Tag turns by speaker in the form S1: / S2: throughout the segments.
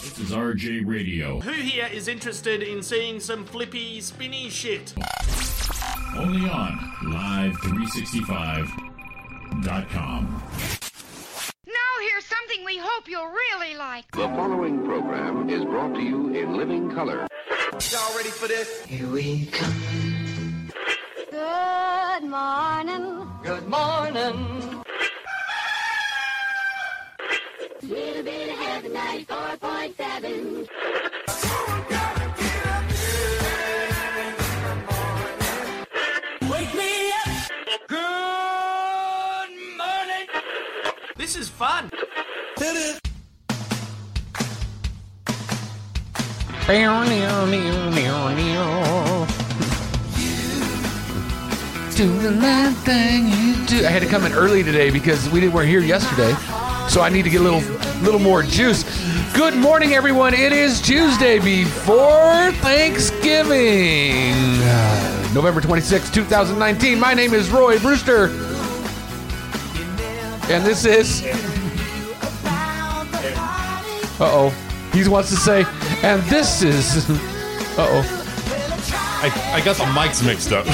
S1: This is RJ Radio.
S2: Who here is interested in seeing some flippy, spinny shit?
S1: Only on Live365.com.
S3: Now here's something we hope you'll really like.
S4: The following program is brought to you in living color.
S3: Good morning.
S5: Little bit of heaven, 94.7.
S2: This is fun.
S6: Do the mad thing you do. I had to come in early today because we didn't, were here yesterday, so I need to get a little, little more juice. Good morning, everyone. It is Tuesday before Thanksgiving, Uh, November twenty sixth, two 2019. My name is Roy Brewster, and this is. Uh oh, he wants to say, and this is. Uh oh.
S7: I, I got the mics mixed up.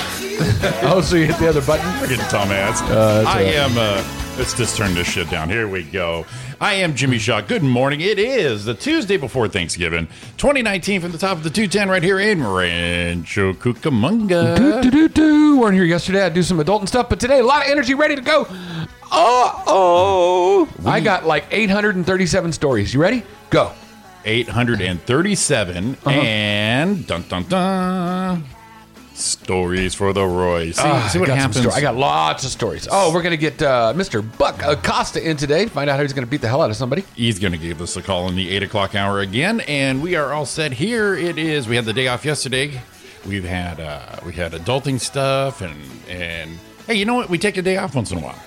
S6: Oh, so you hit the other button?
S7: Friggin' Tom ads. I am. Uh, let's just turn this shit down. Here we go. I am Jimmy Shaw. Good morning. It is the Tuesday before Thanksgiving, 2019, from the top of the 210 right here in Rancho
S6: Do,
S7: Cucamonga.
S6: do, do, do. Weren't here yesterday. I do some adult and stuff, but today a lot of energy, ready to go. Oh, oh! I got like 837 stories. You ready? Go.
S7: 837
S6: Uh-huh.
S7: and dun dun dun. Stories for the Roy. See,
S6: Ah,
S7: see what
S6: I got some
S7: happens.
S6: sto- I got lots of stories. Oh, we're gonna get uh, Mr. Buck Acosta in today to find out how he's gonna beat the hell out of somebody.
S7: He's going to give us a call in the eight o'clock hour again, and we are all set. Here it is. We had the day off yesterday. We've had uh, we had adulting stuff, and and hey, you know what? We take a day off once in a while.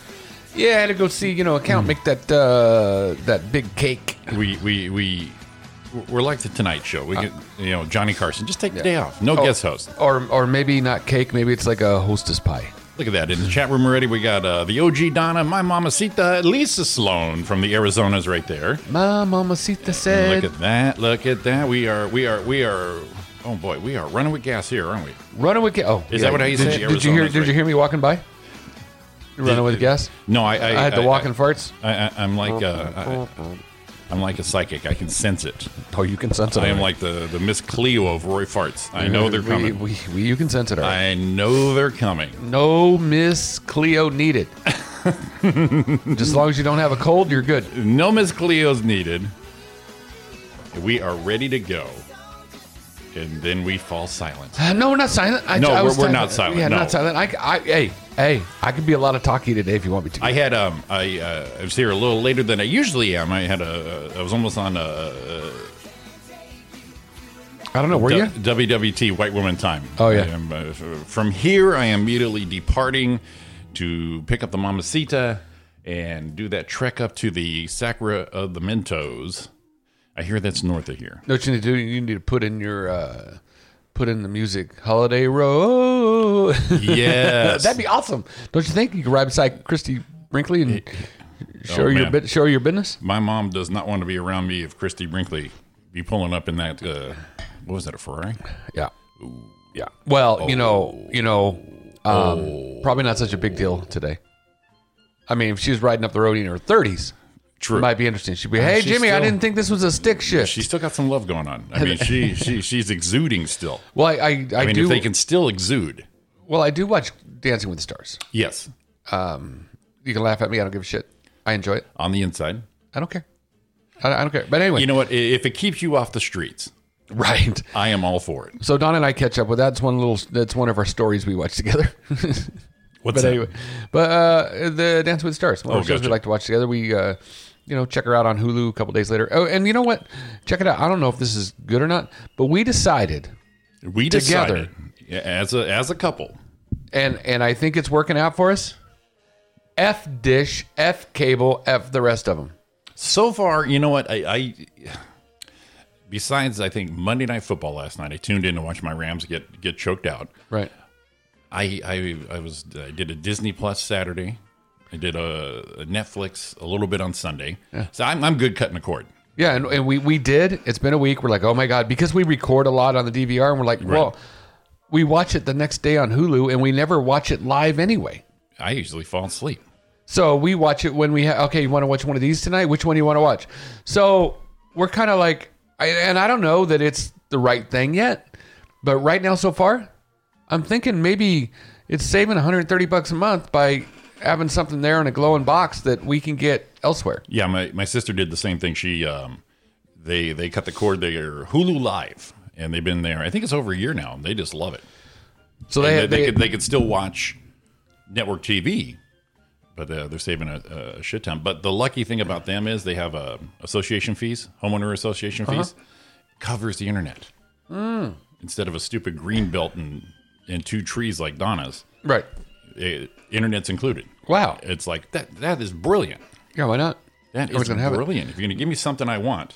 S6: Yeah, I had to go see you know account make that uh, that big cake.
S7: We we we we're like the Tonight Show. We get you know Johnny Carson. Just take the day off. No
S6: Oh,
S7: guest host.
S6: or or maybe not cake. Maybe it's like a hostess pie.
S7: Look at that in the chat room already. We got uh, the OG Donna, my mamacita, Lisa Sloan from the Arizonas right there.
S6: My mamacita
S7: Look
S6: said.
S7: at that. Look at that. We are we are we are. Oh boy, we are running with gas here, aren't we?
S6: Running with gas. Oh,
S7: Is that what I
S6: did
S7: said?
S6: You, did you hear?
S7: Arizona's
S6: Did you
S7: right.
S6: hear me walking by? Running
S7: Did-
S6: with gas.
S7: No, I, I,
S6: I, had the walking farts.
S7: I, I, I'm like uh, I, I'm like a psychic. I can sense it.
S6: Oh, you can sense it.
S7: I am
S6: already.
S7: like the the Miss Cleo of Roy farts. I know they're
S6: We-
S7: coming.
S6: We, we, you can sense it. already.
S7: I know they're coming.
S6: No Miss Cleo needed. Just as long as you don't have a cold, you're good.
S7: No Miss Cleo's needed. We are ready to go, and then we fall silent.
S6: Uh, no, we're not silent. I,
S7: No,
S6: I
S7: we're-
S6: was
S7: we're
S6: talking-
S7: not silent,
S6: Yeah,
S7: no.
S6: not silent. I, I, hey, hey, I could be a lot of talky today if you want me to.
S7: I had um I uh, I was here a little later than I usually am. I had a I was almost on a,
S6: I don't know. Were
S7: Du-
S6: you?
S7: WWT White Woman Time.
S6: Oh, yeah.
S7: I am, uh, from here, I am immediately departing to pick up the Mamacita and do that trek up to the Sacra of the Mentos. I hear that's north of here.
S6: Know what you need to do? You need to put in your, uh, put in the music. Holiday Road.
S7: Yes,
S6: That'd be awesome, don't you think? You could ride beside Christy Brinkley and show her your
S7: Oh, man.
S6: bit, show her your business.
S7: My mom does not want to be around me if Christy Brinkley be pulling up in that. Uh, what was that? A Ferrari?
S6: Yeah, yeah. Well, you
S7: Oh.
S6: know, you know, um, probably not such a big deal today. I mean, if she was riding up the road in her thirties,
S7: True.
S6: it might be interesting. She'd be, "Hey,
S7: she's
S6: Jimmy, I
S7: still-
S6: didn't think this was a stick shift."
S7: She's still got some love going on. I mean, she she she's exuding still.
S6: well, I, I, I,
S7: I mean,
S6: do.
S7: if they can still exude,
S6: well, I do watch Dancing with the Stars.
S7: yes,
S6: You can laugh at me; I don't give a shit. I enjoy it.
S7: on the inside.
S6: I don't care. I, I don't care. But anyway,
S7: You know what? I- If it keeps you off the streets,
S6: right.
S7: I am all for it.
S6: So Don and I catch up with that. That's one little. That's one of our stories we watch together.
S7: What's
S6: But
S7: that?
S6: anyway, but uh, the Dance with the Stars, one of
S7: Oh,
S6: the shows we
S7: gotcha.
S6: like to watch together. We, uh, you know, check her out on Hulu a couple days later. Oh, and you know what? Check it out. I don't know if this is good or not, but we decided,
S7: we
S6: together.
S7: decided yeah, as a as a couple.
S6: and and I think it's working out for us. F dish, F cable, F the rest of them.
S7: So far, you know what? I, I besides I think Monday night football last night, I tuned in to watch my Rams get get choked out.
S6: Right.
S7: I I, I was I did a Disney Plus Saturday. I did a, a Netflix a little bit on Sunday. So I'm I'm good cutting the cord.
S6: Yeah, and, and we, we did. It's been a week. We're like, oh my God, because we record a lot on the DVR and we're like, well, we watch it the next day on Hulu and we never watch it live anyway.
S7: I usually fall asleep.
S6: So we watch it when we ha okay, you want to watch one of these tonight? Which one do you want to watch? So we're kind of like, I, and I don't know that it's the right thing yet, but right now so far, I'm thinking maybe it's saving 130 bucks a month by having something there in a glowing box that we can get elsewhere.
S7: Yeah, my, my sister did the same thing. She um, they they cut the cord. They're Hulu Live, and they've been there. I think it's over a year now. and They just love it.
S6: So
S7: And
S6: they,
S7: they,
S6: they,
S7: they could they could still watch network TV, but uh, they're saving a, a shit ton. But the lucky thing about them is they have uh, association fees, homeowner association fees, covers the internet instead of a stupid green belt and and two trees like Donna's.
S6: right.
S7: It, internet's included.
S6: Wow.
S7: It's like that. That is brilliant.
S6: Yeah, why not?
S7: That
S6: Everyone's
S7: is
S6: gonna have it.
S7: brilliant. If you're going to give me something I want,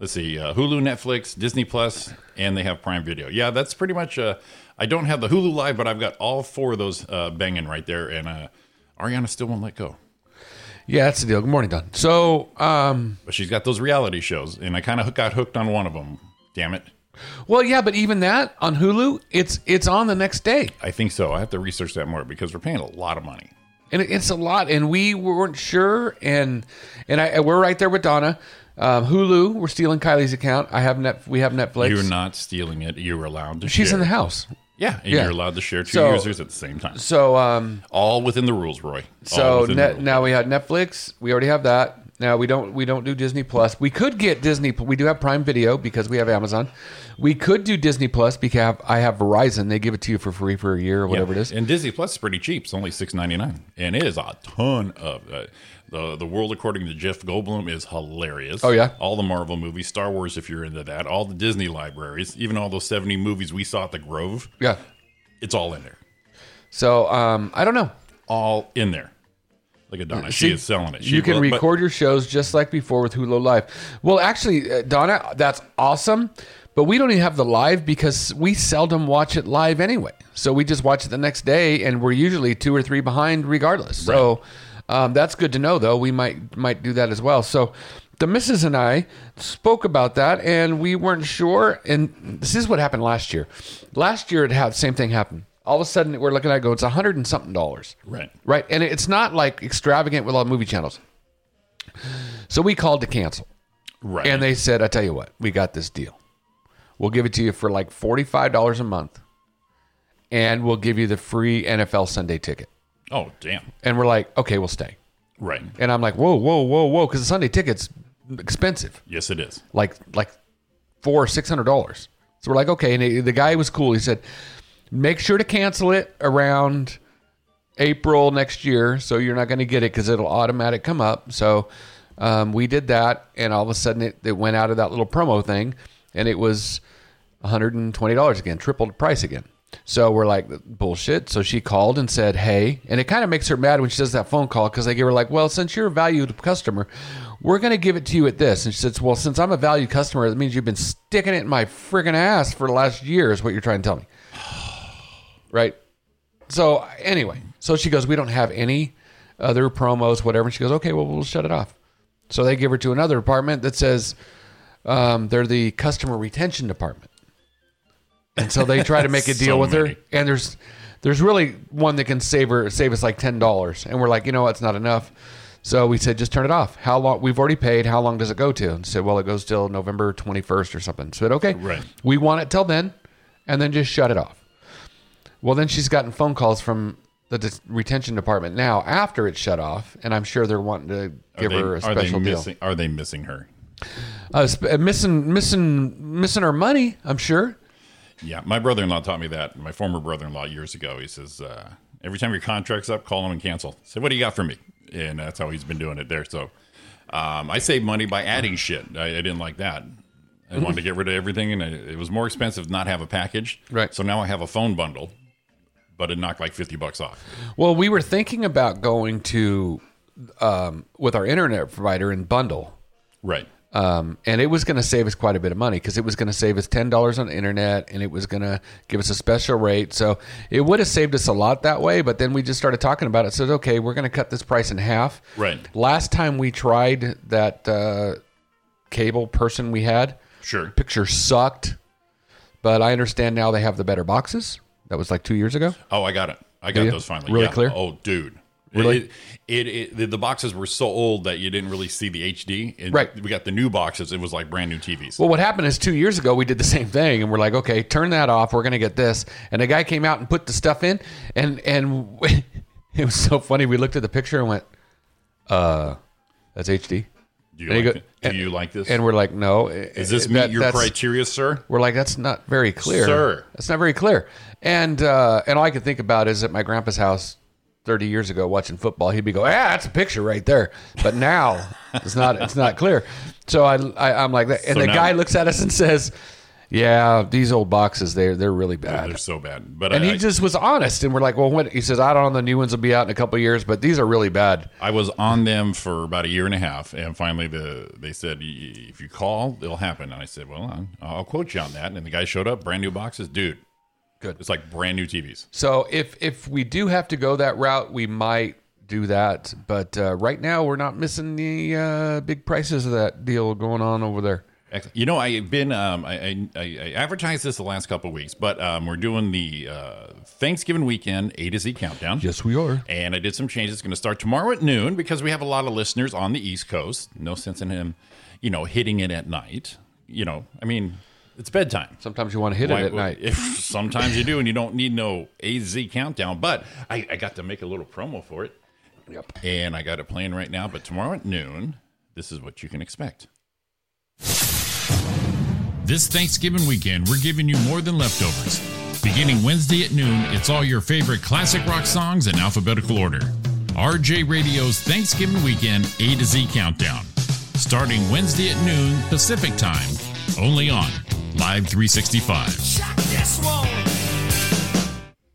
S7: let's see, uh, Hulu, Netflix, Disney Plus, and they have Prime Video. Yeah, that's pretty much. Uh, I don't have the Hulu Live, but I've got all four of those uh, banging right there, and uh, Ariana still won't let go.
S6: Yeah, that's the deal. Good morning, Don. So, um,
S7: But she's got those reality shows, and I kind of got hooked on one of them. Damn it.
S6: well, yeah, but even that on Hulu, it's it's on the next day,
S7: I think so. I have to research that more because we're paying a lot of money.
S6: and it, it's a lot, and we weren't sure, and and I and we're right there with Donna. Um, Hulu, we're stealing Kylie's account. I have net, we have Netflix.
S7: You're not stealing it. You're allowed to
S6: She's
S7: share.
S6: in the house,
S7: Yeah, and
S6: Yeah.
S7: you're allowed to share two
S6: So-
S7: users at the same time.
S6: so um,
S7: All within the rules, Roy. All
S6: so
S7: within the
S6: net,
S7: rules.
S6: now we had Netflix. We already have that. Now we don't we don't do Disney Plus. We could get Disney. We do have Prime Video because we have Amazon. We could do Disney Plus because I have Verizon. They give it to you for free for a year or whatever
S7: Yeah.
S6: it is.
S7: And Disney Plus is pretty cheap. It's only six ninety nine, and it is a ton of uh, the the world according to Jeff Goldblum is hilarious.
S6: Oh, yeah?
S7: all the Marvel movies, Star Wars, if you're into that, all the Disney libraries, even all those seventy movies we saw at the Grove,
S6: Yeah.
S7: it's all in there,
S6: So um, I don't know.
S7: all in there. Look at Donna, she
S6: See,
S7: is selling it. She
S6: you can
S7: will- but-
S6: record your shows just like before with Hulu Live. Well, actually, uh, Donna, that's awesome. But we don't even have the live because we seldom watch it live anyway. So we just watch it the next day, and we're usually two or three behind regardless. So um, that's good to know, though. We might might do that as well. So the missus and I spoke about that, and we weren't sure. And this is what happened last year. Last year, it had same thing happened. All of a sudden, we're looking at it, go, it's a hundred and something dollars.
S7: Right.
S6: Right. And it's not like extravagant with all the movie channels. So we called to cancel.
S7: right,
S6: And they said, I tell you what, we got this deal. We'll give it to you for like $45 a month. And we'll give you the free NFL Sunday ticket.
S7: oh damn,
S6: And we're like, okay, we'll stay.
S7: right,
S6: And I'm like, whoa, whoa, whoa, whoa. Because the Sunday ticket's expensive,
S7: yes it is.
S6: like like four or $600. So we're like, okay. And the- the guy was cool. He said, make sure to cancel it around April next year, so you're not going to get it because it'll automatic come up. So um, we did that, and all of a sudden it, it went out of that little promo thing, and it was $120 again, triple the price again. So we're like bullshit. So she called and said, "Hey," and it kind of makes her mad when she does that phone call because I give her like, "Well, since you're a valued customer, we're going to give it to you at this." And she says, "Well, since I'm a valued customer, that means you've been sticking it in my freaking ass for the last year," is what you're trying to tell me, right? So anyway, so she goes, we don't have any other promos, whatever. And she goes, okay, well, we'll shut it off. So they give her to another department that says um, they're the customer retention department, and so they try to make a
S7: So
S6: deal with her.
S7: many.
S6: And there's there's really one that can save her save us like ten dollars, and we're like, you know, what? it's not enough. So we said, just turn it off. How long? We've already paid. How long does it go to? And said, well, it goes till November 21st or something. So, okay,
S7: Right.
S6: We want it till then, and then just shut it off. Well, then she's gotten phone calls from the dis- retention department now after it's shut off, and I'm sure they're wanting to give her a special
S7: are they
S6: deal.
S7: missing? Are they missing her?
S6: Uh, sp- uh, missing, missing, missing her money. I'm sure.
S7: Yeah, my brother in law taught me that. My former brother in law years ago. He says, uh, every time your contract's up, call him and cancel. Say, what do you got for me? And that's how he's been doing it there. So um, I saved money by adding shit. I, I didn't like that. I wanted to get rid of everything, and it, it was more expensive to not have a package.
S6: Right.
S7: So now I have a phone bundle, but it knocked like 50 bucks off.
S6: Well, we were thinking about going to um, with our internet provider and bundle,
S7: Right.
S6: um, and it was going to save us quite a bit of money because it was going to save us ten dollars on the internet, and it was going to give us a special rate. So it would have saved us a lot that way. But then we just started talking about it. Said, okay, we're going to cut this price in half.
S7: Right.
S6: Last time we tried that uh, cable person we had.
S7: Sure.
S6: Picture sucked, but I understand now they have the better boxes. That was like two years ago.
S7: Oh, I got it. I
S6: Do
S7: got
S6: you?
S7: those finally.
S6: Really
S7: Yeah.
S6: clear?
S7: Oh, dude.
S6: Really?
S7: It, it, it, the- the boxes were so old that you didn't really see the HD. And
S6: Right.
S7: We got the new boxes. It was like brand new TVs.
S6: Well, what happened is two years ago we did the same thing, and we're like, okay, turn that off. We're gonna get this, and the guy came out and put the stuff in, and and it was so funny. We looked at the picture and went, uh, that's HD,
S7: do you,
S6: and he
S7: like,
S6: go-
S7: thi- do
S6: and-
S7: you like this?
S6: and we're like, no,
S7: Does this meet
S6: that-
S7: your
S6: that's-
S7: criteria, sir?
S6: We're like, that's not very clear.
S7: Sir.
S6: That's not very clear. And uh, and all I could think about is at my grandpa's house 30 years ago watching football, he'd be going, ah, that's a picture right there. But now it's not it's not clear. So I, I I'm like that. And
S7: So
S6: the
S7: now-
S6: guy looks at us and says, Yeah, these old boxes, they're they're really bad.
S7: They're so bad. But
S6: and
S7: I,
S6: he just was honest, and we're like, "Well, when?" He says, "I don't know. The new ones will be out in a couple years, but these are really bad."
S7: I was on them for about a year and a half, and finally the they said "Y- if you call, it'll happen. And I said, well, I'll- I'll quote you on that. And the guy showed up, brand new boxes, dude.
S6: Good.
S7: It's like brand new TVs.
S6: So if if we do have to go that route, we might do that. But uh, right now, we're not missing the uh, big prices of that deal going on over there.
S7: Excellent. You know, I've been um, I, I, I I advertised this the last couple of weeks, but um, we're doing the uh, Thanksgiving weekend A to Z countdown.
S6: we are.
S7: And I did some changes. It's going to start tomorrow at noon because we have a lot of listeners on the East Coast. No sense in him, you know, hitting it at night. You know, I mean, it's bedtime.
S6: Sometimes you want to hit
S7: Why-
S6: it at night.
S7: If sometimes you do, and you don't need no AZ countdown. But I, I got to make a little promo for it. Yep. And I got it playing right now. But tomorrow at noon, this is what you can expect. This Thanksgiving weekend, we're giving you more than leftovers. Beginning Wednesday at noon, it's all your favorite classic rock songs in alphabetical order. RJ Radio's Thanksgiving Weekend A to Z Countdown. Starting Wednesday at noon Pacific Time, only on Live 365.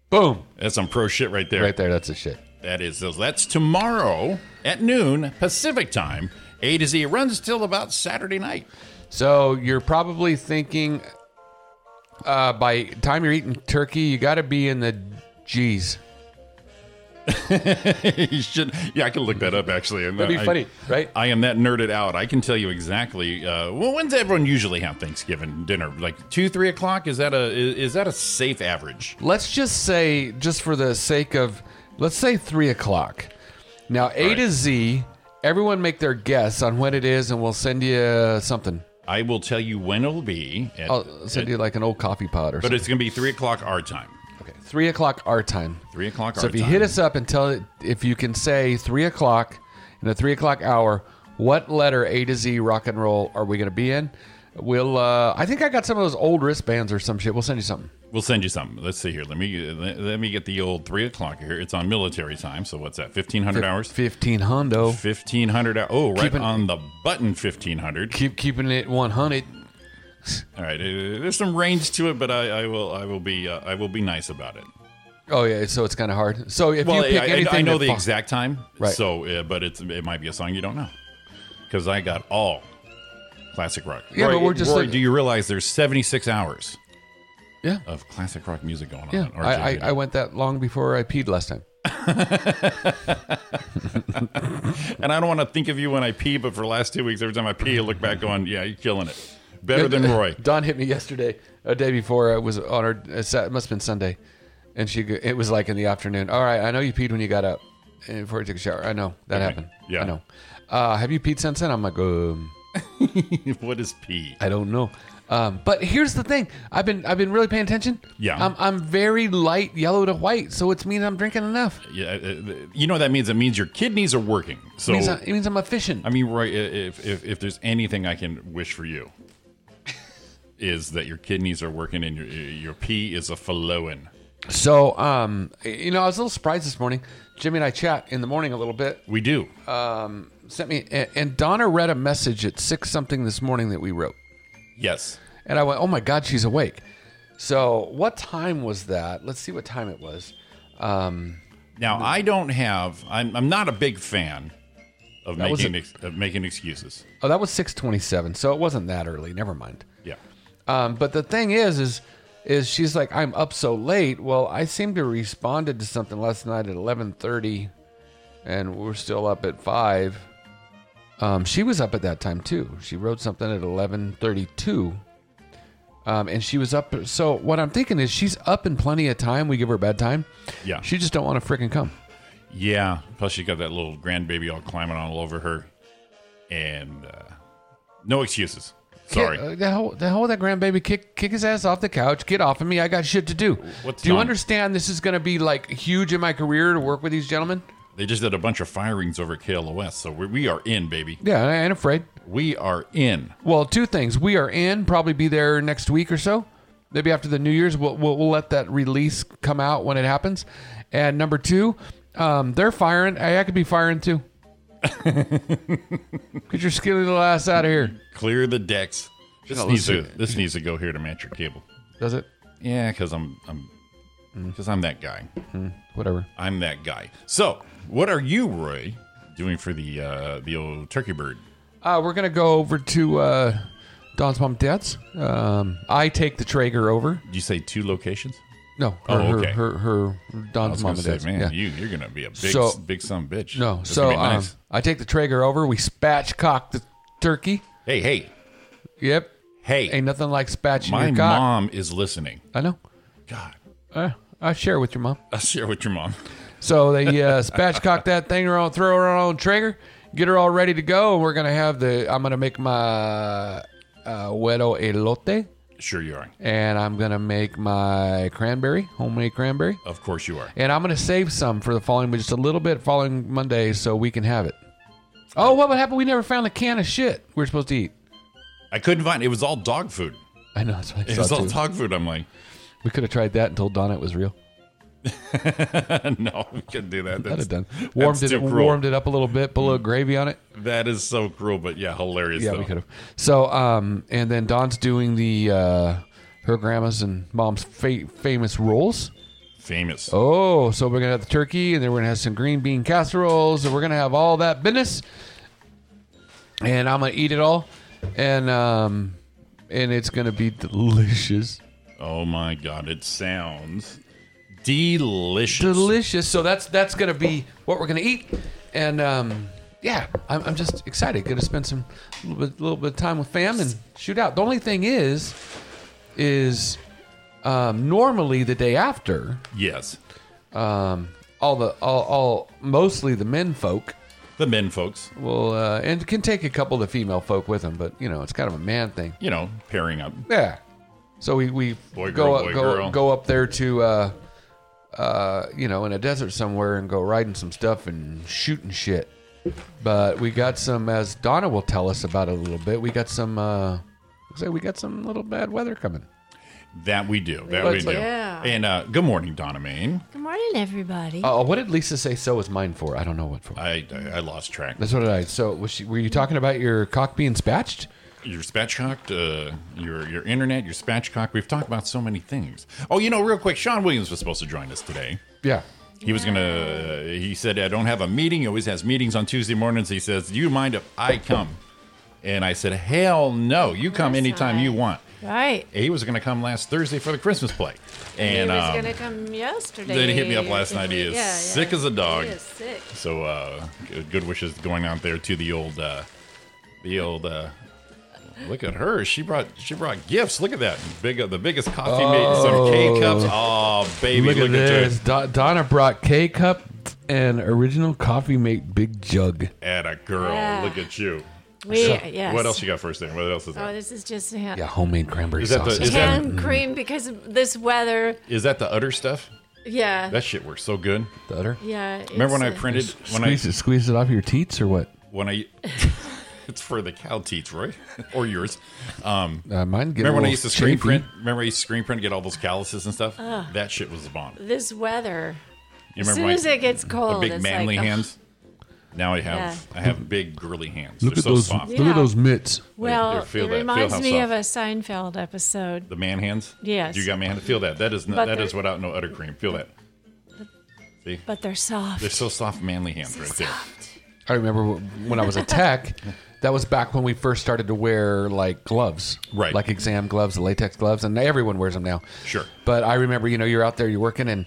S6: Boom,
S7: That's some pro shit right there.
S6: right there. That's a shit.
S7: That is, so that's tomorrow at noon Pacific time. A to Z It runs till about Saturday night.
S6: So you're probably thinking, uh, by the time you're eating turkey, you got to be in the G's.
S7: you should, yeah, I can look that up actually. I'm
S6: That'd be
S7: not- I-
S6: funny, right?
S7: I am that nerded out. I can tell you exactly. Uh, well, when's everyone usually have Thanksgiving dinner? Like two, three o'clock? Is that a is, is that a safe average?
S6: Let's just say, just for the sake of, let's say three o'clock. Now A
S7: Right.
S6: to Z, everyone make their guess on when it is, and we'll send you uh, something.
S7: I will tell you when it'll be. at-
S6: I'll send
S7: at-
S6: you Uh, like an old coffee pot or
S7: but
S6: something.
S7: it's going to be three o'clock our time.
S6: Okay, three o'clock our time.
S7: Three o'clock.
S6: So
S7: our
S6: if you
S7: time.
S6: hit us up and tell it if you can say three o'clock in the three o'clock hour, what letter A to Z rock and roll are we going to be in? We'll. Uh, I think I got some of those old wristbands or some shit. We'll send you something.
S7: We'll send you something. Let's see here. Let me let, let me get the old three o'clock here. It's on military time. So what's that? Fifteen hundred hours.
S6: Fifteen hundo.
S7: Fifteen hundred. hour- Oh, right
S6: Keep it-
S7: on the button. Fifteen hundred.
S6: Keep keeping it one hundred.
S7: All right. uh, There's some range to it, but I, I will I will be uh, I will be nice about it.
S6: Oh yeah, so it's kind of hard. So if
S7: well,
S6: you pick
S7: I, I-
S6: anything,
S7: I know
S6: that
S7: the
S6: fa-
S7: exact time.
S6: Right.
S7: So, uh, but it's it might be a song you don't know because I got all classic rock.
S6: Yeah,
S7: Roy,
S6: but we're just
S7: Roy,
S6: like-
S7: do you realize there's 76 hours?
S6: Yeah.
S7: Of classic rock music going on.
S6: Yeah,
S7: on RJ
S6: I, I,
S7: Radio.
S6: I went that long before I peed last time.
S7: and I don't want to think of you when I pee, but for the last two weeks, every time I pee, I look back on, yeah, you're killing it. Better than Roy.
S6: Don hit me yesterday, a day before I was on her. It sa- it must have been Sunday, and she. go- It was like in the afternoon. All right, I know you peed when you got up, and before you took a shower. I know that
S7: Okay.
S6: happened.
S7: Yeah.
S6: I know. Uh, have you peed since then? I'm like, um,
S7: what is pee?
S6: I don't know. Um, but here's the thing. I've been I've been really paying attention.
S7: Yeah.
S6: I'm I'm very light yellow to white, so it's mean I'm drinking enough.
S7: Yeah, uh, uh, you know what that means? It means your kidneys are working. So,
S6: It means, I, it means I'm efficient.
S7: I mean, Roy, i- if, if, if there's anything I can wish for you, is that your kidneys are working and your, your pee is a flowing.
S6: so um, you know, I was a little surprised this morning. Jimmy and I chat in the morning a little bit.
S7: We do.
S6: Uh, sent me and, and Donna read a message at six something this morning that we wrote,
S7: yes.
S6: and I went, "Oh my God, she's awake." So what time was that? Let's see what time it was. Um,
S7: Now, I don't have, I'm, I'm not a big fan of
S6: That was
S7: making,
S6: a-
S7: ex, of making excuses.
S6: oh, that was six twenty-seven, so it wasn't that early. Never mind.
S7: Yeah.
S6: Um, but the thing is, is is she's like, "I'm up so late." Well, I seem to responded to something last night at eleven thirty, and we're still up at five. Um, she was up at that time too. She wrote something at eleven thirty-two, um, and she was up. So what I'm thinking is she's up in plenty of time. We give her a bad time.
S7: Yeah.
S6: she just don't want to freaking come.
S7: Yeah. Plus, she got that little grandbaby all climbing all over her, and uh, no excuses. Sorry.
S6: Get, uh, the whole the whole that grandbaby kick kick his ass off the couch. Get off of me. I got shit to do.
S7: What's
S6: do you
S7: done?
S6: understand? This is going to be like huge in my career to work with these gentlemen.
S7: They just did a bunch of firings over KLOS, so we, we are in, baby.
S6: Yeah, I ain't afraid.
S7: We are in.
S6: Well, two things. We are in. Probably be there next week or so. Maybe after the New Year's, we'll we'll, we'll let that release come out when it happens. And number two, um, they're firing. Hey, I could be firing too. Get your skinny little ass out of here.
S7: Clear the decks. This
S6: No,
S7: needs to
S6: listen.
S7: this needs to go here to match your cable. Mm-hmm.
S6: Does it?
S7: Yeah, because I'm I'm because I'm that guy.
S6: Whatever.
S7: I'm that guy. So, what are you, Roy, doing for the uh, the old turkey bird?
S6: Uh, we're gonna go over to uh, Don's mom, dad's. Um, I take the Traeger over.
S7: Did you say two locations?
S6: No, her,
S7: Oh, okay.
S6: her, her, her
S7: I
S6: Don's
S7: was gonna
S6: mom and
S7: say,
S6: dad's.
S7: man,
S6: yeah.
S7: you you're gonna be a big
S6: So-
S7: big son of a bitch.
S6: no,
S7: This is
S6: so
S7: gonna be
S6: um,
S7: nice.
S6: I take the Traeger over. We spatchcock the turkey.
S7: hey hey
S6: Yep,
S7: hey,
S6: ain't nothing like spatching
S7: my
S6: your cock.
S7: mom is listening.
S6: I know.
S7: God,
S6: Uh, I share with your mom.
S7: I'll share with your mom.
S6: So they uh, spatchcock that thing around, throw her on Traeger, get her all ready to go, and we're gonna have the. I'm gonna make my uh, huevo elote,
S7: Sure you are.
S6: and I'm gonna make my cranberry, homemade cranberry.
S7: Of course you are.
S6: And I'm going to save some for the following, but just a little bit following Monday so we can have it. Oh, what would happen? We never found the can of shit we were supposed to eat.
S7: I couldn't find it was all dog food.
S6: I know. That's what I
S7: It
S6: saw
S7: was all
S6: too.
S7: dog food. I'm like,
S6: we could have tried that and told Donna it was real.
S7: no, we couldn't do that.
S6: That'd have done.
S7: that's
S6: Warmed it,
S7: too cruel. Mm.
S6: warmed it up a little bit, put a little gravy on it.
S7: That is so cruel, but yeah, hilarious.
S6: Yeah,
S7: though.
S6: we could have. So, um, and then Don's doing the uh, her grandma's and mom's fa- famous rolls.
S7: Famous.
S6: Oh, so we're gonna have the turkey, and then we're gonna have some green bean casseroles, and we're gonna have all that business. And I'm gonna eat it all, and um, and it's gonna be delicious,
S7: Oh my god, it sounds delicious.
S6: delicious. So that's that's gonna be what we're gonna eat, and um, yeah, I'm, I'm just excited. Gonna spend some little bit little bit of time with fam and shoot out. The only thing is, is um, normally the day after,
S7: yes.
S6: um, all the all, all mostly the men folk.
S7: The men folks,
S6: Well, uh, and can take a couple of the female folk with them, but you know, it's kind of a man thing.
S7: you know, pairing up.
S6: Yeah. So we we
S7: Boy,
S6: go
S7: girl,
S6: up,
S7: boy,
S6: go
S7: girl.
S6: go up there to uh, uh, you know, in a desert somewhere and go riding some stuff and shooting shit. But we got some, as Donna will tell us about it a little bit. We got some. Uh, looks like we got some little bad weather coming.
S7: That we do. That we
S6: Let's-
S7: do.
S8: Yeah.
S7: And uh, good morning, Donna Main.
S8: Good morning, everybody.
S7: Oh.
S6: Uh, what did Lisa say? So is mine for? I don't know what for.
S7: I, I I lost track.
S6: That's what I. So was she, were you talking about your cock being spatched?
S7: Your spatchcocked, uh, your your internet, your spatchcock. We've talked about so many things. Oh, you know, real quick, Sean Williams was supposed to join us today.
S6: Yeah.
S7: He was gonna. He said, "I don't have a meeting. He always has meetings on Tuesday mornings." He says, "Do you mind if I come?" And I said, "Hell no! You come anytime you want."
S8: right.
S7: He was gonna come last Thursday for the Christmas play, and
S8: he was
S7: um,
S8: gonna come yesterday.
S7: then he hit me up last
S8: Yeah,
S7: night. He is
S8: yeah.
S7: sick as a dog.
S8: He is sick.
S7: so uh, good- good wishes going out there to the old, uh, the old. Uh, look at her. She brought she brought gifts. Look at that big the biggest coffee mate, some K cups. Oh baby,
S6: Look,
S7: look,
S6: at this.
S7: you
S6: Do- Donna brought K cup and original coffee mate big jug.
S7: at a girl.
S8: Yeah.
S7: Look at you.
S8: We,
S6: So,
S8: yes.
S7: What else you got first there? What else is
S8: Oh,
S7: that?
S8: this is just hand,
S6: Yeah, homemade cranberry
S7: Is that the-
S6: sauce.
S7: is that-
S8: hand cream because of this weather.
S7: Is that the udder stuff?
S8: Yeah.
S7: That shit works so good.
S6: butter?
S8: yeah.
S7: Remember when I
S8: it's, uh,
S7: printed when I
S6: squeeze, it, squeeze it off your teats or what?
S7: when I it's for the cow teats, right? or yours. Um,
S6: Uh, mine get
S7: remember
S6: a
S7: when I
S6: little
S7: used to screen
S6: chafy.
S7: print? Remember I used to screen print and get all those calluses and stuff? That shit was the bomb. You
S8: this weather?
S7: remember
S8: as soon
S7: my-
S8: as it gets
S7: the
S8: cold,
S7: big
S8: it's
S7: manly
S8: like, oh,
S7: hands? Now I have I have big girly hands. They're so soft.
S8: look at Yeah. those
S6: mitts.
S8: Well,
S7: They- they feel
S8: it
S7: that- feel
S8: reminds
S7: how
S8: me
S7: soft.
S8: of a Seinfeld episode.
S7: The man hands?
S8: Yes.
S7: You got me to feel that. That is no,
S8: But
S7: that
S8: they're-
S7: is without no udder cream. Feel that.
S8: But they're soft.
S7: They're so soft manly hands right there.
S6: I remember w- when I was a tech. That was back when we first started to wear like gloves,
S7: Right.
S6: Like exam gloves, latex gloves, and everyone wears them now.
S7: Sure.
S6: But I remember, you know, you're out there, you're working, and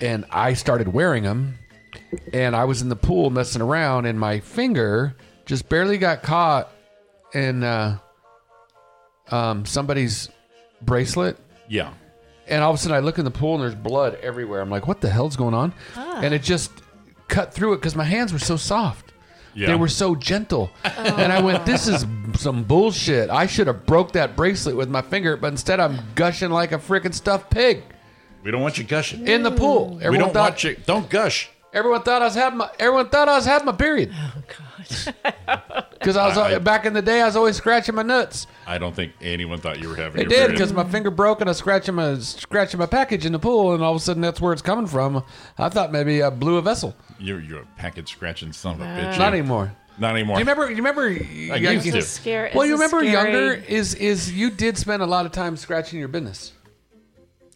S6: and I started wearing them, and I was in the pool messing around, and my finger just barely got caught in uh, um, somebody's bracelet.
S7: Yeah.
S6: And all of a sudden, I look in the pool and there's blood everywhere. I'm like, what the hell's going on? And it just cut through it because my hands were so soft.
S7: Yeah.
S6: They were so gentle. And I went, this is some bullshit. I should have broke that bracelet with my finger, but instead I'm gushing like a freaking stuffed pig
S7: we don't want you gushing.
S6: in the pool. Everyone
S7: we don't
S6: thought,
S7: want you. Don't gush.
S6: Everyone thought I was having my everyone thought I was having my period
S8: Oh, God.
S6: because I was uh,
S7: I- I-
S6: back in the day I was always scratching my nuts.
S7: I don't think anyone thought you were having.
S6: It
S7: your
S6: did
S7: period.
S6: because my finger broke and I scratching my scratching my package in the pool, and all of a sudden that's where it's coming from. I thought maybe I blew a vessel.
S7: you're you're a package scratching son of a bitch.
S6: Not
S7: You-
S6: anymore.
S7: Not anymore.
S6: Do you remember? You remember? I
S7: you used
S8: It's so
S7: to.
S8: scary.
S6: Well,
S8: it's
S6: you
S8: so
S6: remember
S8: scary.
S6: younger is is you did spend a lot of time scratching your business,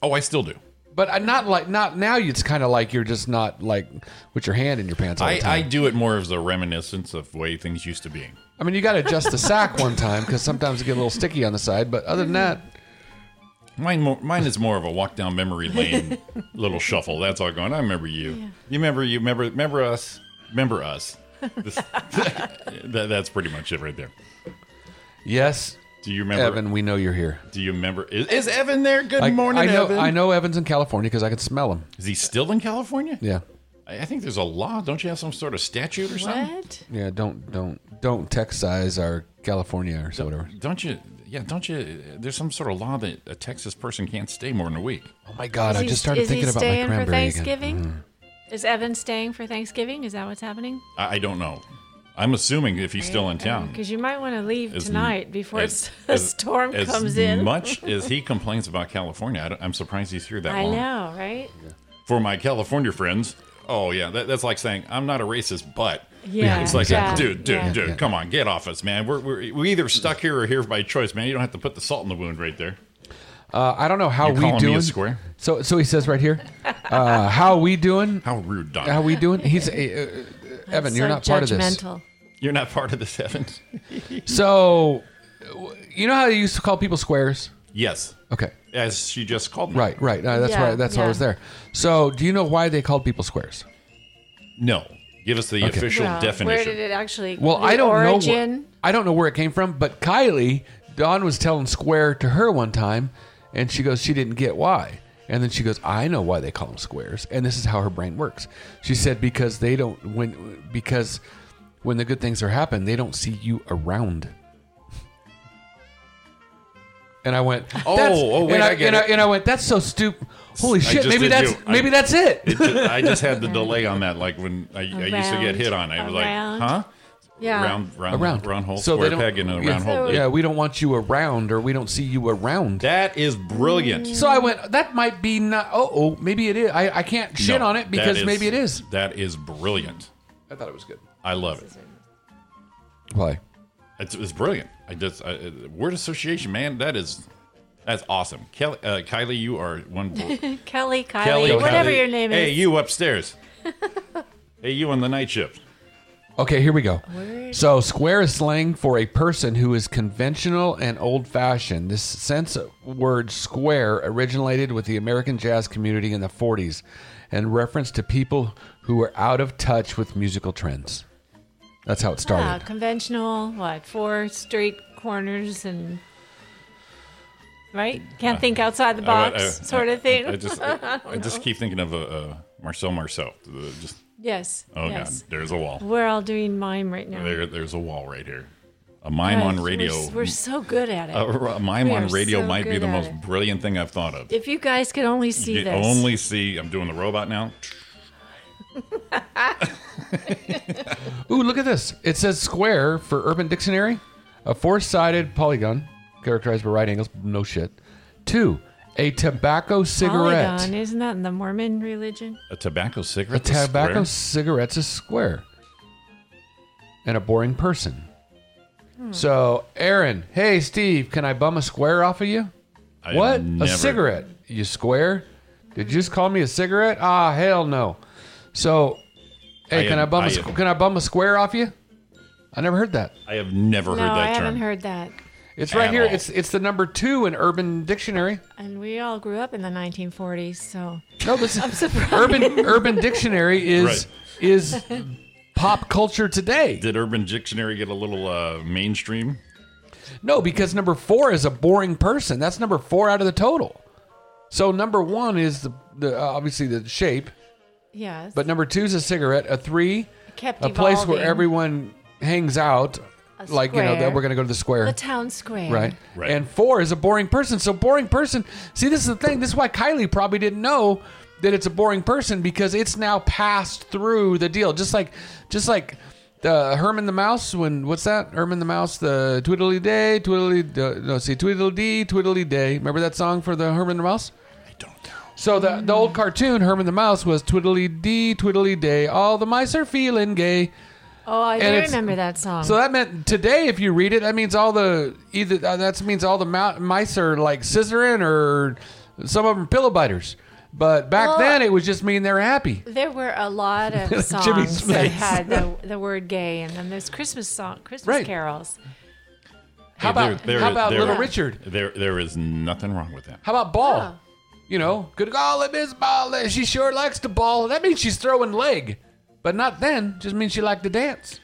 S7: Oh, I still do.
S6: but I- not like not now. It's kind of like you're just not like with your hand in your pants all the
S7: I, I
S6: time. I,
S7: do it more as a reminiscence of way things used to be.
S6: mean, you got to adjust the sack one time because sometimes it get a little sticky on the side. But other than that,
S7: Mine, more, mine is more of a walk down memory lane, little shuffle. That's all going. I remember you. You remember you. Remember remember us. Remember us. This- that, that's pretty much it right there.
S6: yes,
S7: Do you remember?
S6: Evan, we know you're here.
S7: Do you remember? Is, is Evan there? Good
S6: I-
S7: morning,
S6: I know.
S7: Evan.
S6: I know Evan's in California because I can smell him.
S7: Is he still in California?
S6: Yeah,
S7: I I think there's a law. Don't you have some sort of statute or something?
S8: What?
S6: yeah. Don't don't don't text size our California or so whatever.
S7: Don't you? Yeah, don't you? There's some sort of law that a Texas person can't stay more than a week.
S6: Oh my God!
S8: Is
S6: I
S8: he-
S6: just started
S8: is
S6: thinking
S8: he
S6: about my
S8: staying
S6: cranberry
S8: for Thanksgiving?
S6: Again.
S7: Mm.
S8: Is Evan staying for Thanksgiving? Is that what's happening?
S7: I, I don't know. I'm assuming if he's still in town.
S8: Because Mm. you might want to leave
S7: As-
S8: tonight before
S7: as-
S8: a
S7: as-
S8: storm
S7: as
S8: comes in.
S7: much as he complains about California, I am surprised he's here that
S8: I
S7: long.
S8: know, right?
S7: For my California friends, oh yeah, that, that's like saying I'm not a racist, but
S8: Yeah.
S7: it's like,
S8: yeah,
S7: dude, dude,
S8: yeah.
S7: dude,
S6: Yeah.
S7: come on, get off us, man. We're, we're we either stuck here or here by choice, man. You don't have to put the salt in the wound right there.
S6: Uh, I don't know how
S7: You
S6: we
S7: calling me a
S6: doing.
S7: square?
S6: So so he says right here, uh, how we doing?
S7: How rude, Don.
S6: How we doing? He's uh, uh, Evan.
S8: So
S6: you're not part of this.
S8: judgmental.
S7: You're not part of this, Evans.
S6: So w- you know how they used to call people squares?
S7: Yes,
S6: Okay.
S7: as she just called me.
S6: Right, right. Uh, that's
S8: Yeah,
S6: why. That's why I
S8: yeah.
S6: was there. So, do you know why they called people squares?
S7: No, give us the
S6: Okay.
S7: official
S8: Well, Where
S7: definition.
S8: did it actually?
S6: Well,
S8: the
S6: I don't
S8: origin?
S6: know. Wh- I don't know where it came from, but Kylie Dawn was telling Square to her one time, and she goes, she didn't get why, and then she goes, I know why they call them squares, and this is how her brain works. She said because they don't when because when the good things are happening, they don't see you around. And I went.
S7: Oh,
S6: "That's-"
S7: oh, wait,
S6: and
S7: I get
S6: and
S7: it.
S6: and I went. That's so stupid. Holy shit!
S7: just
S6: Maybe
S7: did
S6: that's
S7: too. I-
S6: maybe that's it.
S7: It ju- I just had the delay on that, like when I, I used to get
S8: Around,
S7: hit on. I was like,
S8: around.
S7: huh?
S8: Yeah.
S7: Round, round,
S6: around
S7: round hole,
S6: So they
S7: square
S6: don't-
S7: peg in a
S6: yeah,
S7: round hole.
S6: Yeah, we don't want you around, or we don't see you around.
S7: That is
S8: Mm.
S7: brilliant.
S6: So I went, that might be not. Oh, oh maybe it is. I, I can't shit
S7: No,
S6: on it
S7: that
S6: because maybe it is.
S7: That is brilliant.
S6: I thought it was good.
S7: I love it.
S6: Why?
S7: It's, it's brilliant. I just I, uh, word association, man. That is that's awesome. Kelly, uh, Kylie, you are one. Kelly,
S8: Kelly, Kylie, whatever
S7: Kylie.
S8: your name
S7: Hey,
S8: is.
S7: you upstairs. hey, you on the night shift.
S6: Okay, here we go. So square is slang for a person who is conventional and old fashioned. This sense of word square originated with the American jazz community in the 40s and reference to people who were out of touch with musical trends. That's how it
S8: Ah,
S6: started.
S8: conventional. What? Four straight corners and. Right? Can't think outside the
S7: Uh, I-
S8: box,
S7: I-
S8: sort of
S7: I-
S8: thing.
S7: I, just I, I just keep thinking of uh, uh, Marcel Marceau. The- Just
S8: yes.
S7: oh
S8: yes.
S7: god, there's a wall.
S8: We're all doing mime right now.
S7: There, there's a wall right here. A mime on
S8: Guys, we're
S7: radio. Oh,
S8: s- We're, so good at it.
S7: a, a mime
S8: we
S7: on
S8: are
S7: radio
S8: so
S7: might be
S8: good
S7: the
S8: at
S7: most
S8: it.
S7: brilliant thing I've thought of.
S8: if you guys could only see
S7: You
S8: this.
S7: only see. I'm doing the robot now.
S6: Ooh, look at this. It says square for Urban Dictionary. A four sided polygon characterized by right angles. No shit. Two, a tobacco cigarette.
S8: Polygon, isn't that in the Mormon religion?
S7: A tobacco
S6: A
S7: cigarette. that's
S6: tobacco
S7: square?
S6: cigarette's a square. And a boring person. So, Aaron, hey, Steve, can I bum a square off of you?
S7: I
S6: what? A
S7: never-
S6: cigarette. You square? Did you just call me a cigarette? Ah, hell no. So, hey,
S7: I am-
S6: can I bum
S7: I
S6: a,
S7: am.
S6: squ- can I bum a square off you? I never heard that.
S7: I have never
S8: No,
S7: heard that
S8: I
S7: term.
S8: haven't heard that.
S6: It's right
S7: at
S6: here.
S7: all.
S6: It's it's the number two in Urban Dictionary.
S8: And we all grew up in the 1940s, so
S6: No, this
S8: surprised.
S6: Urban Urban Dictionary is
S7: Right.
S6: is pop culture today.
S7: Did Urban Dictionary get a little uh, mainstream?
S6: No, because number four is a boring person. That's number four out of the total. So number one is the, the uh, obviously the shape,
S8: Yes.
S6: but number two is a cigarette. A three,
S8: Kept
S6: a place where
S8: evolving.
S6: everyone hangs out,
S8: A
S6: like you know
S8: square.
S6: that we're gonna go to the square.
S8: the town square.
S6: Right.
S7: Right.
S6: And four is a boring person. So boring person. See, this is the thing. This is why Kylie probably didn't know that it's a boring person because it's now passed through the deal. Just like, just like uh, Herman the Mouse. When what's that? Herman the Mouse. The Twiddly Day, Twiddly. Uh, no, see, Twiddle Dee, Twiddly Day. Remember that song for the Herman the Mouse?
S7: I don't know.
S6: So the, the old cartoon Herman the Mouse was Twiddly Dee, Twiddly Day. All the mice are feeling gay.
S8: Oh, I do
S6: it's-
S8: remember that song.
S6: So that meant today, if you read it, that means all the either uh, that means all the mou- mice are like scissoring, or some of them pillow biters. But back
S8: Well-
S6: then, it was just mean they were happy.
S8: there were a lot of
S6: Jimmy's
S8: songs that
S6: face.
S8: had the, the word gay in them. There's Christmas song, Christmas
S6: Right.
S8: carols.
S6: How
S7: Hey,
S6: about how about Little Richard?
S7: There, there is nothing wrong with that.
S6: How about
S8: Oh,
S6: Ball? You know, good call it Miss Ball. eh, She sure likes to ball. That means she's throwing leg, but not then. Just means she liked to dance.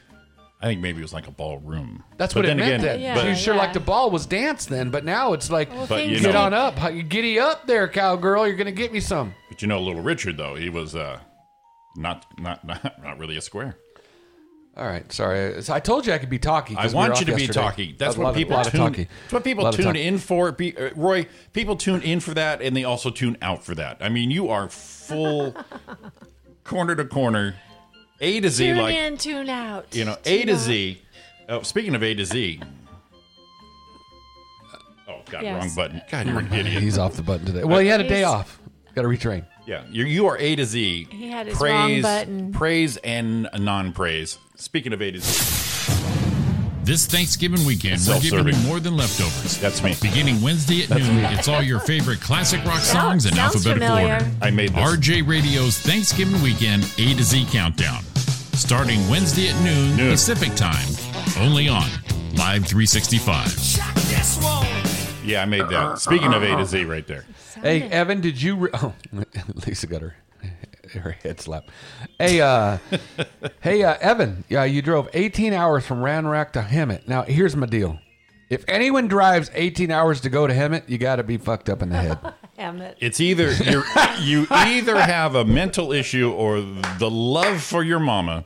S7: I think maybe it was like a ballroom.
S6: That's
S7: But
S6: what it
S7: then
S6: meant
S7: again,
S6: then.
S8: Yeah,
S7: but-
S6: she sure
S8: yeah.
S6: liked to ball was dance then, but now it's like
S8: Well,
S7: But
S8: things
S7: you
S6: get
S7: know-
S6: on up, giddy up there, cowgirl. You're gonna get me some.
S7: But you know, Little Richard though, he was uh, not not not not really a square.
S6: All right, sorry. I told you I could be talky.
S7: I
S6: 'cause we
S7: want
S6: were
S7: you
S6: off
S7: to be
S6: yesterday.
S7: talky. That's
S6: A
S7: what
S6: lot of-
S7: people
S6: lot of
S7: tune.
S6: talky.
S7: That's what people
S6: Lot of
S7: tune
S6: talky.
S7: in for. Be- uh, Roy, people tune in for that, and they also tune out for that. I mean, you are full corner to corner, A to Z,
S8: Tune
S7: like
S8: in, tune out.
S7: you know,
S8: tune
S7: A to
S8: out.
S7: Z. Oh, speaking of A to Z. Uh, Oh God,
S8: Yes.
S7: wrong button. God, you're an idiot.
S6: He's off the button today. Well, he had a day
S8: He's-
S6: off. Got to retrain.
S7: Yeah, you you are A to Z.
S8: He had his wrong button.
S7: praise and non-praise. Speaking of A to Z,
S1: This Thanksgiving weekend, we're giving you
S7: Self-serving.
S1: more than leftovers.
S7: That's me.
S1: Beginning Wednesday at noon, it's all your favorite classic rock songs in
S8: sounds
S1: alphabetical
S8: familiar.
S1: order.
S7: I made this.
S1: RJ Radio's Thanksgiving Weekend A to Z Countdown. Starting Wednesday at noon,
S7: Noon.
S1: Pacific Time. Only on Live 365.
S7: yeah, I made that. Speaking of A to Z, right there.
S6: Hey, Evan, did you? Re- oh, Lisa got her her head slapped. Hey, uh, hey, uh, Evan. Yeah, you drove 18 hours from Ranrock to Hemet. Now, here's my deal. If anyone drives 18 hours to go to Hemet, you got to be fucked up in the head.
S8: Emmett.
S7: It's either you're, you either have a mental issue or the love for your mama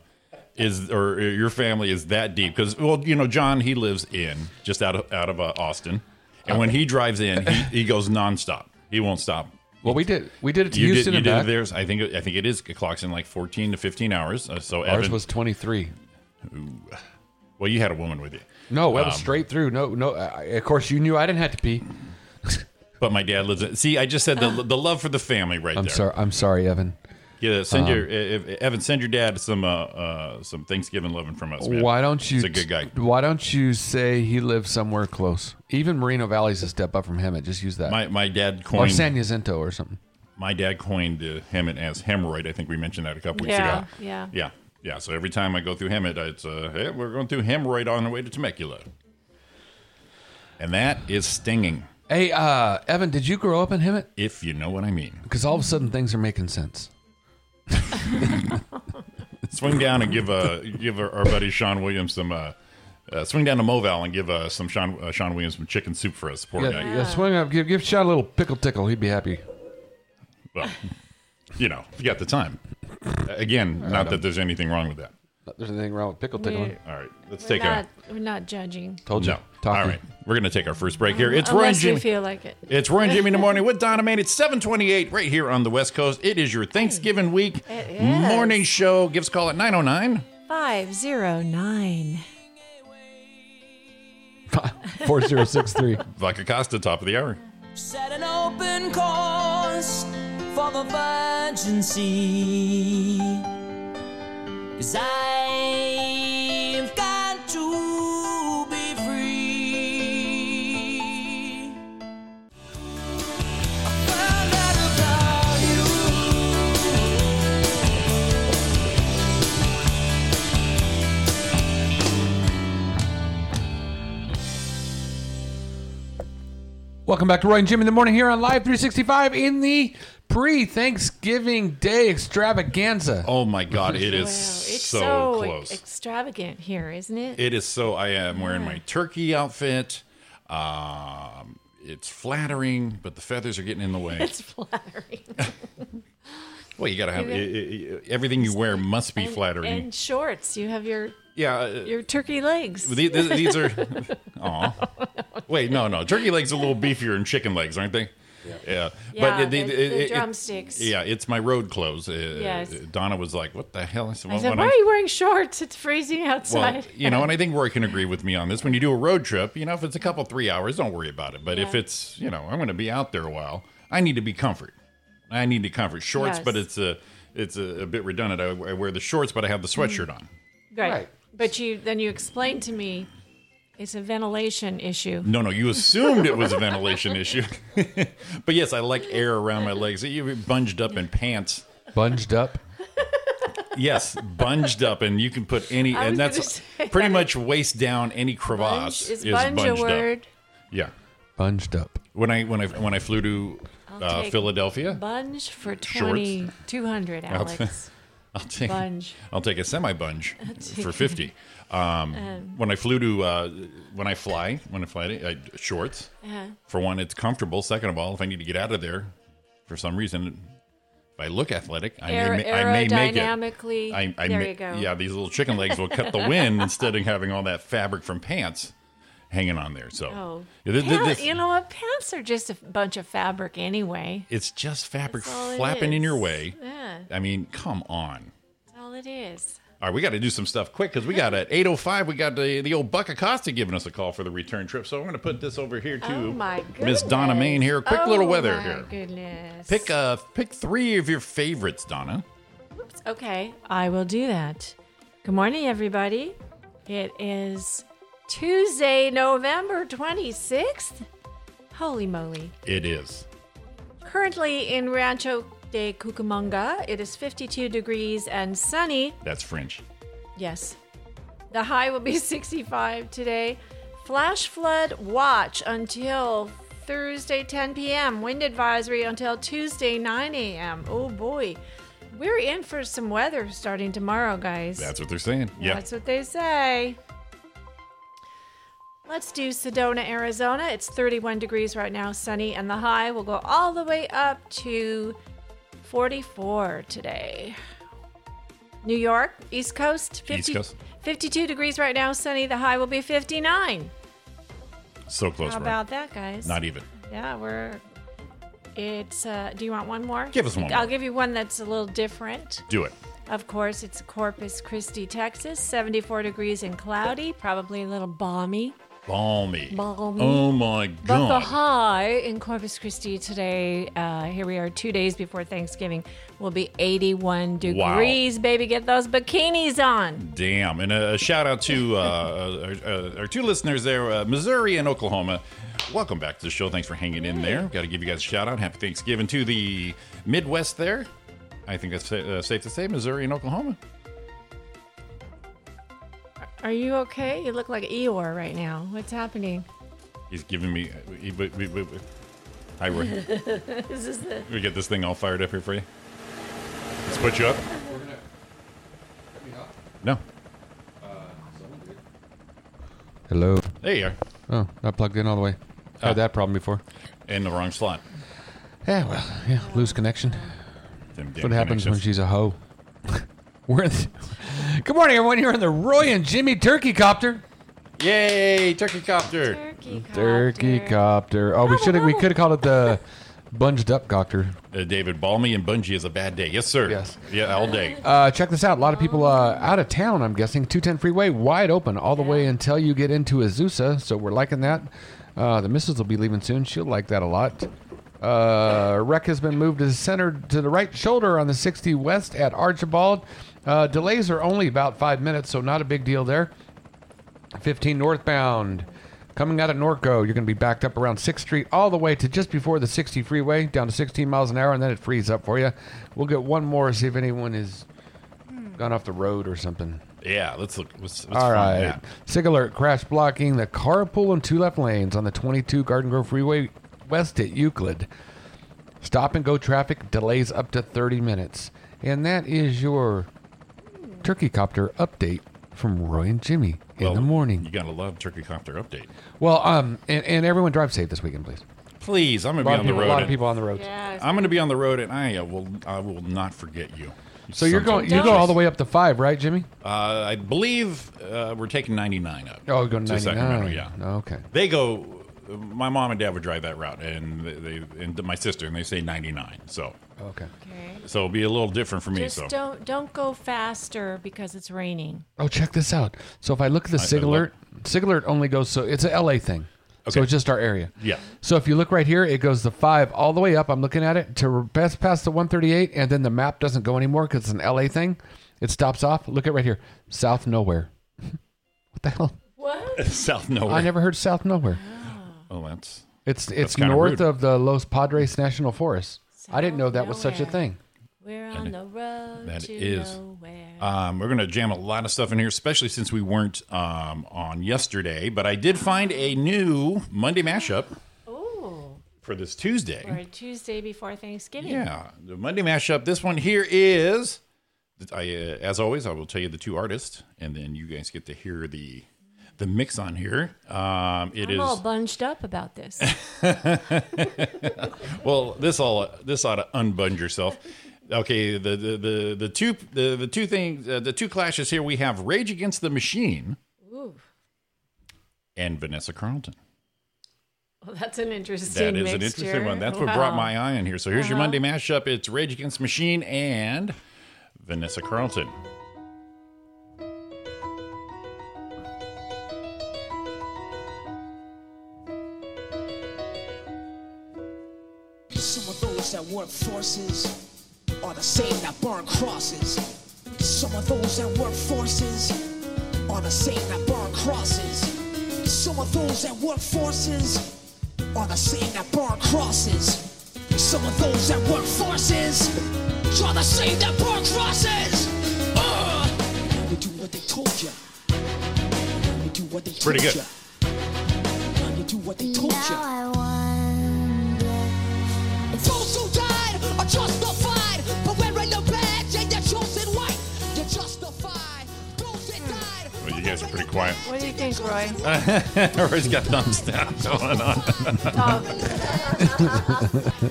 S7: is or your family is that deep because well you know John he lives in just out of out of uh, Austin and when he drives in he, he goes nonstop he won't stop
S6: Well, we did. We did it to
S7: you did
S6: Houston
S7: you
S6: and
S7: did
S6: back.
S7: theirs I think I think it is it clocks in like fourteen to fifteen hours Uh, so
S6: Ours
S7: Evan,
S6: was 23.
S7: well you had a woman with you
S6: No, that was
S7: Um,
S6: straight through. No, no. I, of course, you knew I didn't have to pee.
S7: but my dad lives in see I just said the the love for the family right
S6: I'm
S7: there
S6: sorry. Um, I'm sorry, Evan.
S7: yeah send your eh, eh, Evan send your dad some uh, uh some Thanksgiving loving from us man.
S6: Why don't you?
S7: He's a good guy.
S6: Why don't you say he lives somewhere close? Even Merino Valley's a step up from Hemet. Just use that.
S7: My my dad
S6: or
S7: coined
S6: San Jacinto or something.
S7: my dad coined uh, Hemet as hemorrhoid. I think we mentioned that a couple weeks
S8: Yeah,
S7: ago.
S8: yeah.
S7: yeah, yeah. So every time I go through Hemet, it's uh, hey, we're going through hemorrhoid on the way to Temecula, and that is stinging,
S6: Hey, uh, Evan, did you grow up in Hemet?
S7: if you know what I mean.
S6: Because all of a sudden things are making sense.
S7: Swing down and give uh, give our, our buddy Sean Williams some. Uh, uh, swing down to Moval and give uh, some Sean uh, Sean Williams some chicken soup for us. Poor
S6: Yeah,
S7: guy.
S6: yeah, swing up, give give Sean a little pickle tickle. He'd be happy.
S7: Well, you know, if you got the time. Again, not that there's anything wrong with that.
S6: There's anything wrong with pickle tickling.
S8: We're,
S7: All right, let's
S8: we're
S7: take
S8: not,
S7: a.
S8: we're not judging.
S6: Told you.
S7: No.
S6: Talk
S7: All
S6: to you.
S7: right. We're going to take our first break here. It's Roy and
S8: Unless you
S7: Jimmy.
S8: feel like it.
S7: It's Roy and Jimmy in the morning with Donna Man. It's 728 right here on the West Coast. It is your Thanksgiving week
S8: It is.
S7: morning show. Give us a call at 909.
S8: 509.
S6: 4063.
S7: Vodka Costa, top of the hour.
S9: Set an open course for the virgin sea. Cause I've got to be free. I found out about you.
S6: Welcome back to Roy and Jim in the morning here on Live 365 in the pre-Thanksgiving Day extravaganza.
S7: Oh my God, it is
S8: it's e-
S7: so, close.
S8: extravagant here, isn't it?
S7: it is so. I am wearing my turkey outfit. Um, it's flattering, but the feathers are getting in the way.
S8: it's flattering.
S7: Well, you gotta have it, it, it- everything you wear must be
S8: And-
S7: flattering.
S8: And shorts. You have your
S7: yeah, uh,
S8: your turkey legs.
S7: the- the- these are. Aw. Wait, no, no. Turkey legs are a little beefier than chicken legs, aren't they? Yeah. Yeah,
S8: Yeah,
S7: it- it-
S8: the-
S7: it-
S8: the
S7: it-
S8: drumsticks.
S7: yeah, it's my road clothes. Uh,
S8: Yes.
S7: Donna was like, "What the hell?" I said,
S8: I
S7: "Well,
S8: said,
S7: when
S8: why
S7: I-
S8: are you wearing shorts? It's freezing outside.
S7: Well, you know, and I think Roy can agree with me on this. When you do a road trip, you know, if it's a couple three hours, don't worry about it. But if
S8: Yeah.
S7: it's, you know, I'm going to be out there a while, I need to be comfort. I need to comfort shorts,
S8: Yes.
S7: but it's a it's a, a bit redundant. I, I wear the shorts, but I have the
S8: Mm.
S7: sweatshirt on.
S8: right.
S6: Right.
S8: But you then you explained to me it's a ventilation issue.
S7: No, no, you assumed it was a ventilation issue, but yes, I like air around my legs. You bunged up in pants.
S6: Bunged up.
S7: Yes, bunged up, and you can put any,
S8: I
S7: and
S8: was
S7: that's
S8: gonna say
S7: pretty
S8: that.
S7: much waist down. Any crevasse
S8: Bunge, is bunge a
S7: bunged
S8: word?
S7: up. Yeah,
S6: Bunged up.
S7: when I when I when I flew to uh,
S8: take
S7: Philadelphia,
S8: Bunge for 20, 200, Alex.
S7: I'll take
S8: Bunge.
S7: I'll take a semi bunge
S8: take
S7: for
S8: a-
S7: fifty. Um, when I flew to uh, when I fly when I fly to, I, shorts
S8: Uh-huh.
S7: for one, it's comfortable. Second of all, if I need to get out of there for some reason, if I look athletic, I may, ma- I may make it.
S8: aerodynamically,
S7: I, I
S8: there
S7: ma-
S8: you go.
S7: Yeah, these little chicken legs will cut the wind instead of having all that fabric from pants hanging on there. So
S8: Oh.
S7: Yeah, th- th-
S8: Pant-
S7: this-
S8: you know what? Pants are just a bunch of fabric anyway.
S7: it's just fabric
S8: That's all it
S7: flapping in your
S8: is.
S7: way.
S8: Yeah,
S7: I mean, come on.
S8: that's all it is.
S7: All right, we got to do some stuff quick because we got at eight oh five. We got the, the old Buck Acosta giving us a call for the return trip. So I'm going to put this over here
S8: Oh
S7: to
S8: my
S7: Miss
S8: goodness.
S7: Donna Main here. Quick little
S8: Oh
S7: weather
S8: my
S7: here.
S8: goodness.
S7: Pick uh pick three of your favorites, Donna.
S8: Okay, I will do that. Good morning, everybody. It is Tuesday, November 26th. Holy moly.
S7: It is.
S8: Currently in Rancho de Cucamonga, it is 52 degrees and sunny.
S7: That's French.
S8: Yes. The high will be 65 today. Flash flood watch until Thursday 10 p.m. Wind advisory until Tuesday 9 a.m. Oh boy. We're in for some weather starting tomorrow, guys.
S7: That's what they're saying. Yeah.
S8: That's what they say. Let's do Sedona, Arizona. It's 31 degrees right now, sunny, and the high will go all the way up to 44 today. New York, East Coast, 50,
S7: East Coast.
S8: 52 degrees right now, sunny. The high will be 59.
S7: So close,
S8: How
S7: Roy.
S8: about that, guys?
S7: Not e- even.
S8: Yeah, we're. It's. Uh, do you want one more?
S7: Give us one
S8: I'll
S7: more.
S8: give you one that's a little different.
S7: Do it.
S8: Of course, it's Corpus Christi, Texas, 74 degrees and cloudy, probably a little balmy.
S7: Balmy.
S8: Balmy.
S7: Oh my
S8: But the
S7: god.
S8: high in Corpus Christi today, uh, here we are two days before Thanksgiving, will be 81
S7: Wow.
S8: degrees. Baby, get those bikinis on.
S7: Damn. And a, a shout out to uh, our, our, our two listeners there, uh, Missouri and Oklahoma. Welcome back to the show. Thanks for hanging in there. Got to give you guys a shout out. Happy Thanksgiving to the Midwest there. I think that's sa- uh, safe to say, Missouri and Oklahoma.
S8: Are you okay? You look like Eeyore right now. What's happening?
S7: He's giving me. He, we, we, we, we- Hi, Roy. we get this thing all fired up here for you. Let's put you up. No.
S6: Hello.
S7: There you are.
S6: Oh, not plugged in all the way.
S7: Ah.
S6: Had that problem before.
S7: In the wrong slot.
S6: Yeah, well, yeah, lose connection.
S7: Them damn
S6: That's what happens when
S7: connections.
S6: she's a hoe. We're in the- Good morning, everyone. You're in the Roy and Jimmy Turkey Copter.
S7: Yay, turkey copter.
S8: Turkey copter.
S6: Mm, Turkey Copter. Oh, we should have we could have called it the Bunged Up Copter.
S7: Uh, David, Balmy and Bungie is a bad day. Yes, sir.
S6: Yes.
S7: Yeah, all day.
S6: Uh, check this out. A lot of people uh, out of town, I'm guessing. 210 freeway wide open all the way until you get into Azusa. So we're liking that. Uh, the missus will be leaving soon. She'll like that a lot. Uh, wreck has been moved to the center to the right shoulder on the 60 West at Archibald. Uh, delays are only about five minutes, so not a big deal there. 15 northbound. Coming out of Norco, you're going to be backed up around 6th Street all the way to just before the 60 freeway, down to 16 miles an hour, and then it frees up for you. We'll get one more, see if anyone has gone off the road or something.
S7: Yeah, let's look. Let's, let's find
S6: All right.
S7: that.
S6: Sig alert, crash blocking the carpool and two left lanes on the 22 Garden Grove Freeway west at Euclid. Stop and go traffic delays up to 30 minutes. And that is your turkey copter update from Roy and Jimmy in
S7: Well,
S6: the
S7: You
S6: morning.
S7: gotta love Turkey Copter update.
S6: Well, um, and, and everyone drive safe this weekend, please.
S7: Please, I'm
S6: A
S7: gonna be on
S6: lot, of people,
S7: the
S6: a
S7: road.
S6: lot of
S7: and-
S6: people on the roads.
S8: Yeah.
S7: I'm gonna be on the road, and I uh, will I will not forget you.
S6: So you're going you go all the way up to five, right, Jimmy?
S7: Uh, I believe uh, we're taking 99 up.
S6: Oh, go to
S7: To
S6: 99.
S7: Sacramento, yeah.
S6: Okay.
S7: They go. My mom and dad would drive that route, and they, they and my sister, and they say 99. So
S6: Okay.
S8: Okay.
S7: so it'll be a little different for me.
S8: Just
S7: so
S8: don't don't go faster because it's raining.
S6: Oh, check this out. So if I look at the
S7: I
S6: SIG
S7: look-
S6: alert, SIG alert only goes so it's a LA thing.
S7: Okay.
S6: So it's just our area.
S7: Yeah.
S6: So if you look right here, it goes the five all the way up. I'm looking at it to best past the 138, and then the map doesn't go anymore because it's an LA thing. It stops off. Look at right here, South Nowhere. what the hell?
S8: What?
S7: South Nowhere.
S6: I never heard South Nowhere.
S7: oh, that's
S6: It's it's
S7: kinda
S6: north
S7: rude.
S6: of the Los Padres National Forest. I didn't know
S8: South
S6: that was such a
S8: Nowhere.
S6: thing.
S8: We're on the road
S7: That
S8: to
S7: is-
S8: nowhere.
S7: Um, we're going to jam a lot of stuff in here, especially since we weren't um, on yesterday. But I did find a new Monday mashup
S8: oh,
S7: for this Tuesday.
S8: or Tuesday before Thanksgiving.
S7: Yeah, the Monday mashup. This one here is, I, uh, as always, I will tell you the two artists, and then you guys get to hear the the mix on here. Um, it
S8: I'm
S7: is
S8: all bunched up about this.
S7: well. This all this ought to unbund yourself. Okay, the the the, the two the, the two things uh, the two clashes here. We have Rage Against the Machine
S8: Ooh,
S7: and Vanessa Carlton.
S8: well, that's an interesting.
S7: That is an
S8: mixture.
S7: interesting one. That's what
S8: Wow. Uh-huh.
S7: brought my eye on here. So here's your Monday mashup. It's Rage Against the Machine and Vanessa Carlton.
S10: Some of those that work forces are the same that burn crosses. Some of those that work forces are the same that burn crosses. Some of those that work forces are the same that burn crosses. Some of those that work forces are the same that burn crosses. Uh, now we do what they told you. Now we do what they
S7: Pretty
S10: told
S7: good.
S10: ya. Now you do what they told you.
S5: Now I wonder.
S10: Those who died are justified for wearing the badge and the chosen white. You're justified. Those that died.
S7: Well, you guys are pretty quiet.
S8: What do you think, Roy?
S7: Roy's got thumbs down going on.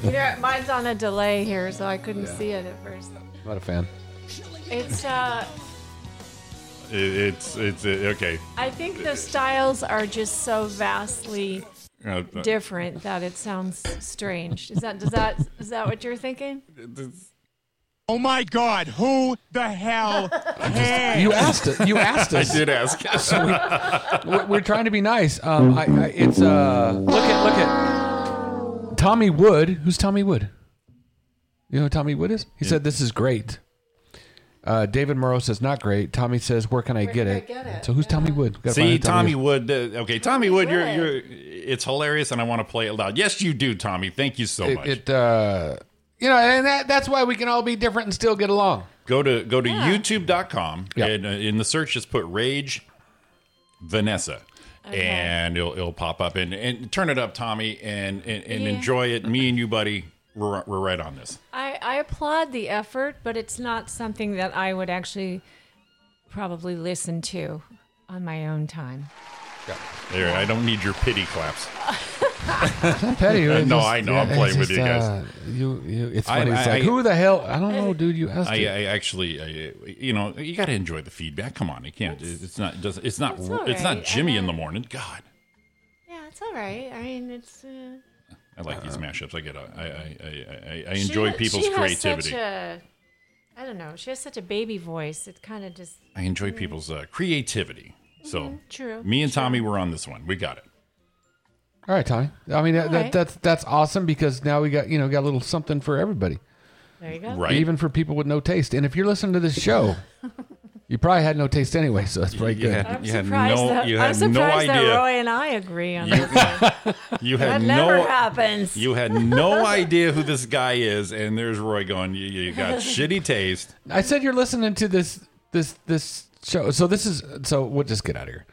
S8: You know, mine's on a delay here, so I couldn't see it at first.
S6: Not a fan.
S8: It's uh,
S7: It- it's it's uh, okay.
S8: I think the styles are just so vastly
S7: Uh,
S8: different that it sounds strange. Is that does that is that what you're thinking?
S11: Oh my God, who the hell cares?
S6: You asked it. You asked
S7: I
S6: us.
S7: did ask.
S6: we're, we're trying to be nice. Um, I, I, it's uh, look at look at Tommy Wood. Who's Tommy Wood? You know who Tommy Wood is? He said this is great. Uh, David Moreau says not great. Tommy says where can I, get,
S8: can I
S6: it?
S8: get it?
S6: So who's Tommy Wood? Gotta find
S7: See,
S6: out
S7: Tommy
S6: Wood.
S7: Wood. Uh, okay, Tommy Wood, you're
S8: Wood.
S7: you're. It's hilarious, and I want to play it loud. Yes, you do, Tommy. Thank you so much.
S6: It, it uh, you know, and that, that's why we can all be different and still get along.
S7: go to go to YouTube.com
S6: Yeah.
S7: and uh, in the search, just put Rage Vanessa. And it'll, it'll pop up and, and turn it up, Tommy, and, and, and
S8: Yeah.
S7: enjoy it. Me and you, buddy, we're, we're right on this.
S8: I, I applaud the effort, but it's not something that I would actually probably listen to on my own time.
S7: There, I don't need your pity claps.
S6: Petty, it's
S7: No, I know. I'm
S6: it's
S7: playing with you guys.
S6: uh, you, you, it's
S7: I-
S6: funny. it's
S7: I-
S6: like
S7: I-
S6: who the hell? I don't know, dude. You asked.
S7: I, I
S6: it.
S7: actually, I, you know, you got to enjoy the feedback. Come on, you can't. It's not. it Doesn't. It's not.
S8: It's all
S7: It's not
S8: right.
S7: Jimmy in the
S8: I-
S7: morning. God,
S8: Yeah, it's all right. I mean, it's. Uh,
S7: I like these mashups. I get. a- I I I I, I
S8: she
S7: enjoy
S8: ha-
S7: people's
S8: she has
S7: creativity.
S8: Such a, I don't know. She has such a baby voice. It kind of just.
S7: I enjoy people's uh, creativity. So
S8: Mm. Mm-hmm. true,
S7: Me and Tommy were on this one. We got it.
S6: All right, Tommy. I mean, that,
S8: right.
S6: that, that's that's awesome because now we got you know got a little something for everybody.
S8: There you go.
S7: Right.
S6: even for people with no taste. And if you're listening to this show, you probably had no taste anyway, so that's pretty good.
S7: Yeah.
S8: I'm
S7: You had
S8: surprised,
S7: no-
S8: that,
S7: you
S8: I'm
S7: had no
S8: surprised
S7: idea.
S8: that Roy and I agree on
S7: You-
S8: that. one.
S7: You
S8: That
S7: had
S8: never
S7: no.
S8: happens.
S7: You had no idea who this guy is, and there's Roy going. You, you got shitty taste.
S6: I said you're listening to this this this show. So this is so we'll just get out of here.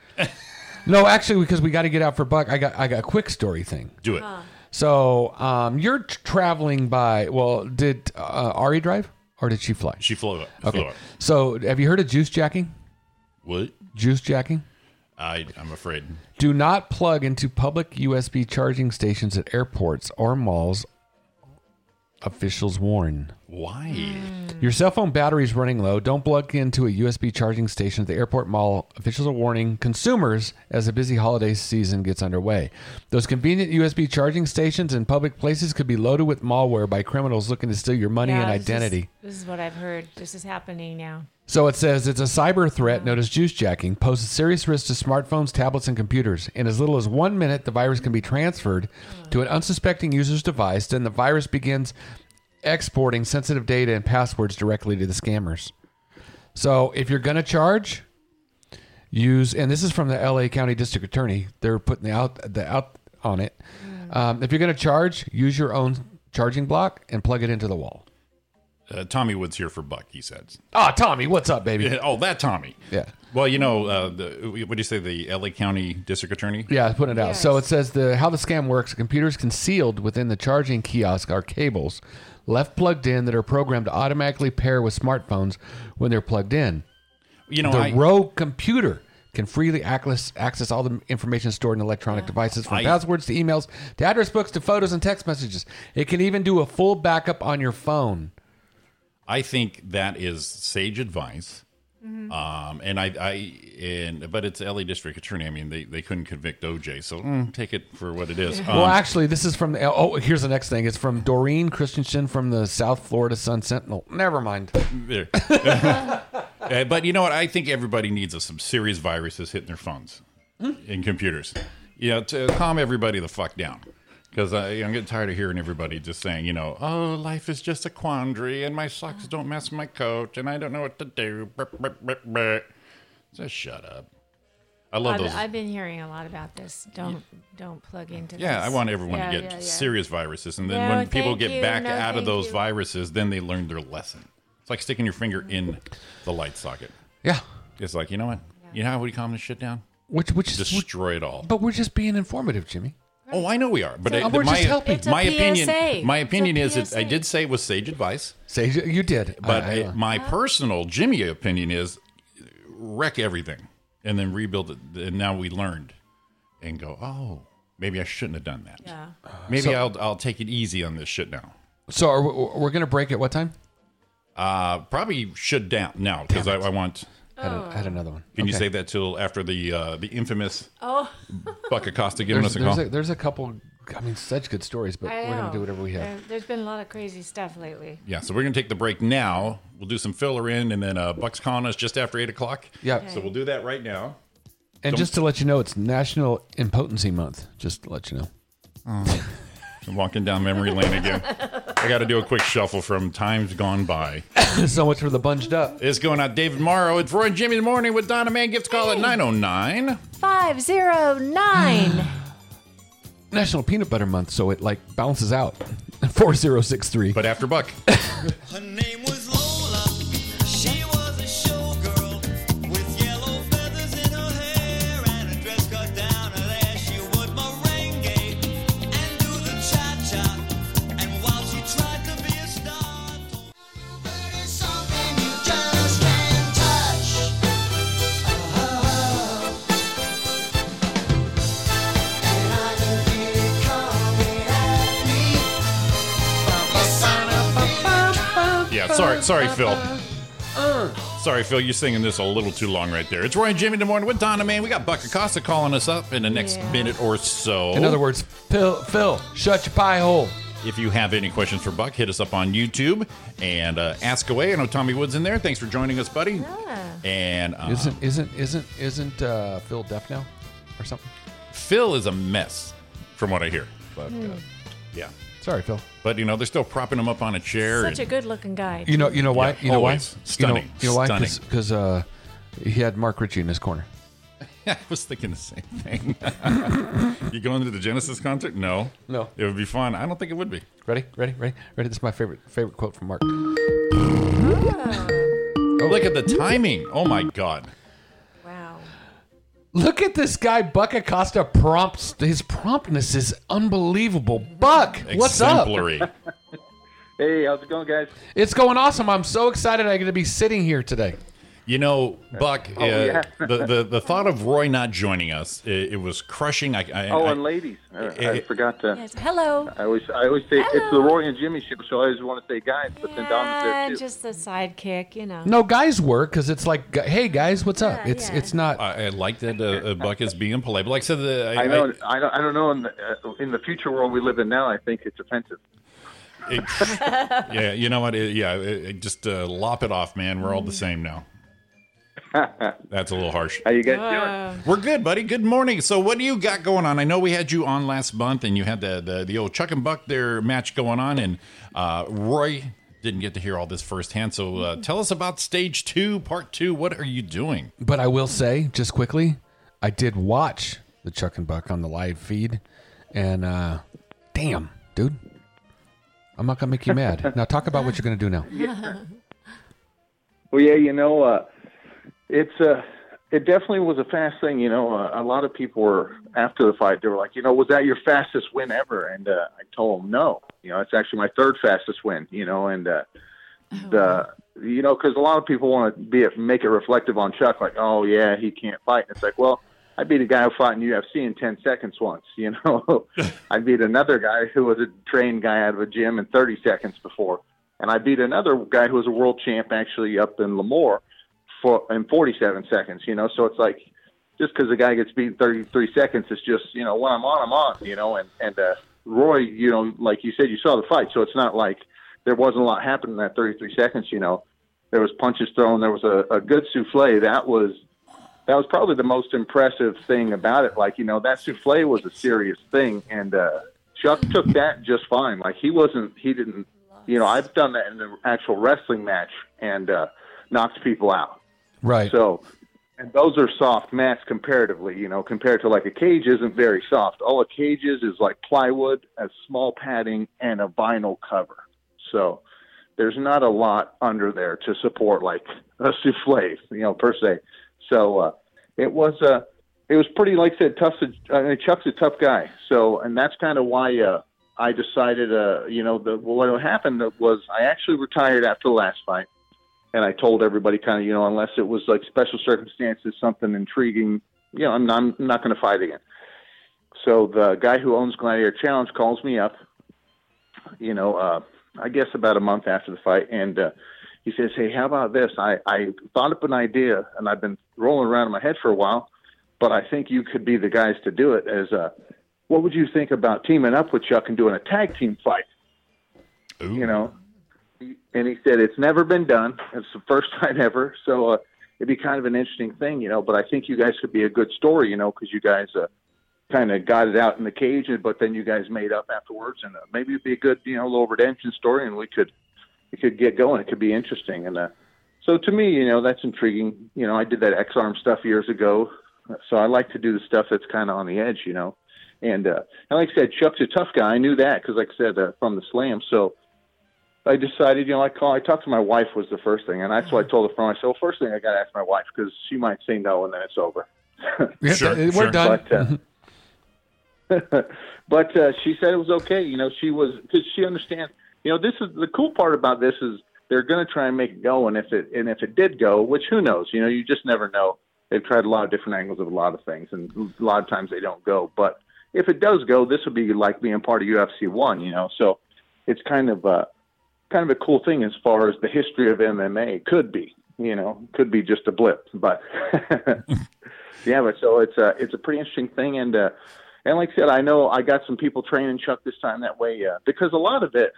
S6: no, actually, because we got to get out for Buck. I got I got a quick story thing.
S7: Do it.
S6: So um, you're t- traveling by. Well, did uh, Ari drive or did she fly?
S7: She flew it.
S6: Okay.
S7: Flew it.
S6: So have you heard of juice jacking?
S7: What?
S6: Juice jacking.
S7: I, I'm afraid.
S6: Do not plug into public USB charging stations at airports or malls. Officials warn.
S7: Why?
S8: Mm.
S6: Your cell phone battery is running low. Don't plug into a USB charging station at the airport mall. Officials are warning consumers as the busy holiday season gets underway. Those convenient USB charging stations in public places could be loaded with malware by criminals looking to steal your money and
S8: Yeah, this is-
S6: identity.
S8: This is what I've heard. This is happening now.
S6: So it says it's a cyber threat known as juice jacking, poses serious risk to smartphones, tablets, and computers. In as little as one minute, the virus can be transferred to an unsuspecting user's device. Then the virus begins exporting sensitive data and passwords directly to the scammers. So if you're going to charge, use and this is from the LA County District Attorney. They're putting the out the out on it. Um, if you're going to charge, use your own charging block and plug it into the wall.
S7: Uh, Tommy Wood's here for Buck, he says.
S6: Ah, Tommy, what's up, baby?
S7: Yeah, oh, that Tommy.
S6: Yeah.
S7: Well, you know, uh, the, what do you say, the LA County District Attorney?
S6: Yeah, it's putting it out. So it says the how the scam works: the computers concealed within the charging kiosk are cables left plugged in that are programmed to automatically pair with smartphones when they're plugged in.
S7: You know,
S6: the
S7: I-
S6: rogue computer can freely access, access all the information stored in electronic devices, from
S7: I-
S6: passwords to emails to address books to photos and text messages. It can even do a full backup on your phone.
S7: I think that is sage advice. Um, and I, I, and but it's LA District Attorney. I mean, they, they couldn't convict OJ, so mm, take it for what it is. Um,
S6: well, actually, this is from. Oh, here's the next thing. It's from Doreen Christensen from the South Florida Sun Sentinel. Never mind.
S7: there. Uh, but you know what? I think everybody needs some serious viruses hitting their phones
S8: Hmm?
S7: and computers. You know, to calm everybody the fuck down. Because I'm getting tired of hearing everybody just saying, you know, oh, life is just a quandary and my socks don't match my coat and I don't know what to do. Brr, brr, brr, brr. Just shut up. I love
S8: I've,
S7: those.
S8: I've been hearing a lot about this. Don't don't plug into.
S7: yeah,
S8: this.
S7: I want everyone to
S8: Yeah,
S7: get
S8: yeah, yeah.
S7: serious viruses. And then
S8: No,
S7: when people
S8: thank
S7: get
S8: you.
S7: back
S8: No,
S7: out of
S8: thank
S7: those
S8: you.
S7: viruses, then they learn their lesson. It's like sticking your finger in the light socket.
S6: Yeah.
S7: It's like, you know what? You know how we calm this shit down?
S6: Which which is which-
S7: Destroy it all.
S6: But we're just being informative, Jimmy.
S7: oh, I know we are. But
S6: It's a-
S7: I-
S6: we're
S7: my,
S6: just helping.
S8: It's a
S7: my opinion,
S8: PSA.
S7: my
S8: It's a
S7: opinion is that I
S8: PSA.
S7: did say it was sage advice,
S6: Say you did,
S7: but
S6: I- I-
S7: it- my personal Jimmy opinion is wreck everything and then rebuild it. And now we learned and go, oh, maybe I shouldn't have done that.
S8: Yeah.
S7: Maybe
S6: So-
S7: I'll I'll take it easy on this shit now.
S6: so are we, we're gonna break at what time?
S7: Uh, probably should down now because I, I want.
S6: I,
S8: Oh.
S6: had, a- I had another one.
S7: Can you
S6: Okay.
S7: say that till after the uh, the infamous
S8: Oh,
S7: Buck Acosta giving
S6: There's,
S7: us a
S6: there's
S7: call?
S6: a, there's a couple. I mean, such good stories, but
S8: I
S6: we're gonna
S8: know.
S6: do whatever we have.
S8: There, there's been a lot of crazy stuff lately.
S7: Yeah, so we're gonna take the break now. We'll do some filler in, and then uh, Buck's calling us just after eight o'clock.
S6: Yeah.
S7: So we'll do that right now.
S6: and just to let you know, it's National Impotency Month. Just to let you know.
S7: I'm walking down memory lane again. I got to do a quick shuffle from times gone by.
S6: so much for the bunged up.
S7: It's going out David Morrow. It's Roy and Jimmy in the morning with Donna Man. Gifts call at nine oh nine.
S8: Five zero nine.
S6: National Peanut Butter Month, so it like bounces out. Four zero six three.
S7: But after Buck,
S9: Her name was Lola. She was a showgirl with yellow feathers in her hair and a dress cut down her there. She would merengue and do the cha cha. And while she tried to be a star,
S7: yeah, sorry, sorry, Phil. Sorry, Phil, you're singing this a little too long right there. It's Roy and Jimmy in the morning with Donna Man. We got Buck Acosta calling us up in the next
S8: Yeah.
S7: minute or so.
S6: In other words, Phil, Phil, shut your pie hole.
S7: If you have any questions for Buck, hit us up on YouTube and uh, ask away. I know Tommy Wood's in there. Thanks for joining us, buddy.
S8: Ah.
S7: And uh,
S6: Isn't isn't isn't isn't uh, Phil deaf now, or something?
S7: Phil is a mess, from what I hear. But
S8: Hmm.
S7: uh, yeah,
S6: Sorry, Phil.
S7: but you know they're still propping him up on a chair.
S8: Such a
S7: and-
S8: good looking guy.
S6: You know, you know why?
S7: Yeah,
S6: you know
S7: always.
S6: why?
S7: Stunning.
S6: You know, you know why?
S7: Stunning.
S6: Because uh, he had Mark Ritchie in his corner.
S7: I was thinking the same thing. you going to the Genesis concert? No,
S6: No.
S7: It would be fun. I don't think it would be.
S6: Ready? Ready? Ready? Ready? This is my favorite favorite quote from Mark.
S7: Oh, Look at the timing. Oh my god.
S8: Wow.
S6: Look at this guy, Buck Acosta. Prompts his promptness is unbelievable. Buck, what's up?
S7: Exemplary.
S12: Hey, how's it going, guys?
S6: It's going awesome. I'm so excited. I get to be sitting here today.
S7: You know, Buck,
S6: Oh,
S7: uh,
S6: yeah.
S7: the, the, the thought of Roy not joining us, it, it was crushing. I, I,
S12: oh,
S7: I-
S12: and ladies, I, I
S7: it-
S12: forgot to.
S8: Hello.
S12: I always, I always say Uh, it's
S10: Oh.
S12: the Roy and Jimmy show, so I always want to say guys, but then Don's there
S8: And
S12: too.
S8: just the sidekick, you know.
S6: No, guys work because it's like, gu- hey guys, what's up? It's it's not.
S7: I, I like that uh, uh, Buck is being polite. But like I said, the,
S12: I, know, I, don't, I don't know. In the, uh, in the future world we live in now, I think it's offensive.
S7: yeah, you know what? It- yeah, it- it- just uh, lop it off, man. We're all the same now. That's a little harsh.
S12: How you
S7: guys
S8: Wow.
S7: We're good, buddy. Good morning. So, what do you got going on? I know we had you on last month, and you had the the, the old Chuck and Buck their match going on, and uh, Roy didn't get to hear all this firsthand. So, uh, tell us about stage two, part two. What are you doing?
S6: But I will say, just quickly, I did watch the Chuck and Buck on the live feed, and uh, damn, dude, I'm not gonna make you mad. Now talk about what you're gonna do now.
S12: Well, yeah, you know, uh, it's uh, it definitely was a fast thing. You know, uh, a lot of people were after the fight. They were like, you know, was that your fastest win ever? And uh, I told them no. You know, it's actually my third fastest win. You know, and uh, the you know, because a lot of people want to be make it reflective on Chuck, like, oh yeah, he can't fight. And it's like, well. I beat a guy who fought in UFC in ten seconds once. You know, I beat another guy who was a trained guy out of a gym in thirty seconds before and I beat another guy who was a world champ actually up in Lemoore for in 47 seconds. You know, so it's like just because the guy gets beat in 33 seconds, it's just you know when I'm on, I'm on. You know, and and uh, Roy, you know, like you said, you saw the fight, so it's not like there wasn't a lot happening in that 33 seconds. You know, there was punches thrown, there was a, a good souffle. That was that was probably the most impressive thing about it. Like you know, that souffle was a serious thing, and uh, Chuck took that just fine. Like he wasn't, he didn't you know, I've done that in the actual wrestling match and uh, knocks people out.
S6: Right.
S12: So, and those are soft mats comparatively, you know, compared to like a cage isn't very soft. All a cage is is like plywood, a small padding, and a vinyl cover. So there's not a lot under there to support like a souffle, you know, per se. So uh, it was uh, it was pretty like I said tough. To, I mean, Chuck's a tough guy, so and that's kind of why uh, I decided. Uh, you know, the, what happened was I actually retired after the last fight, and I told everybody kind of you know unless it was like special circumstances, something intriguing, you know, I'm not, I'm not going to fight again. So the guy who owns Gladiator Challenge calls me up. You know, uh, I guess about a month after the fight, and uh, he says, "Hey, how about this? I, I thought up an idea, and I've been rolling around in my head for a while, but I think you could be the guys to do it. As a, what would you think about teaming up with Chuck and doing a tag team fight?
S7: Mm-hmm.
S12: You know." And he said, "It's never been done. It's the first time ever. So uh, it'd be kind of an interesting thing, you know. But I think you guys could be a good story, you know, because you guys." Uh, kind of got it out in the cage, and but then you guys made up afterwards, and uh, maybe it'd be a good, you know, little redemption story, and we could we could get going. It could be interesting, and uh, so to me, you know, that's intriguing. You know, I did that X arm stuff years ago, so I like to do the stuff that's kind of on the edge, you know. And uh, and like I said, Chuck's a tough guy. I knew that because, like I said, uh, from the slam. So I decided, you know, I call, I talked to my wife was the first thing, and that's what I told the friend. I said, well, first thing I got to ask my wife because she might say no, and then it's over.
S6: Yeah, Sure, th- we're sure. done.
S12: But, uh, but uh, she said it was okay. You know, she was because she understands. You know, this is the cool part about this is they're going to try and make it go, and if it and if it did go, which who knows? You know, you just never know. They've tried a lot of different angles of a lot of things, and a lot of times they don't go. But if it does go, this would be like being part of UFC one. You know, so it's kind of uh, a kind of a cool thing as far as the history of MMA could be. You know, could be just a blip, but yeah, but so it's a it's a pretty interesting thing, and uh, and like I said, I know I got some people training Chuck this time that way uh, because a lot of it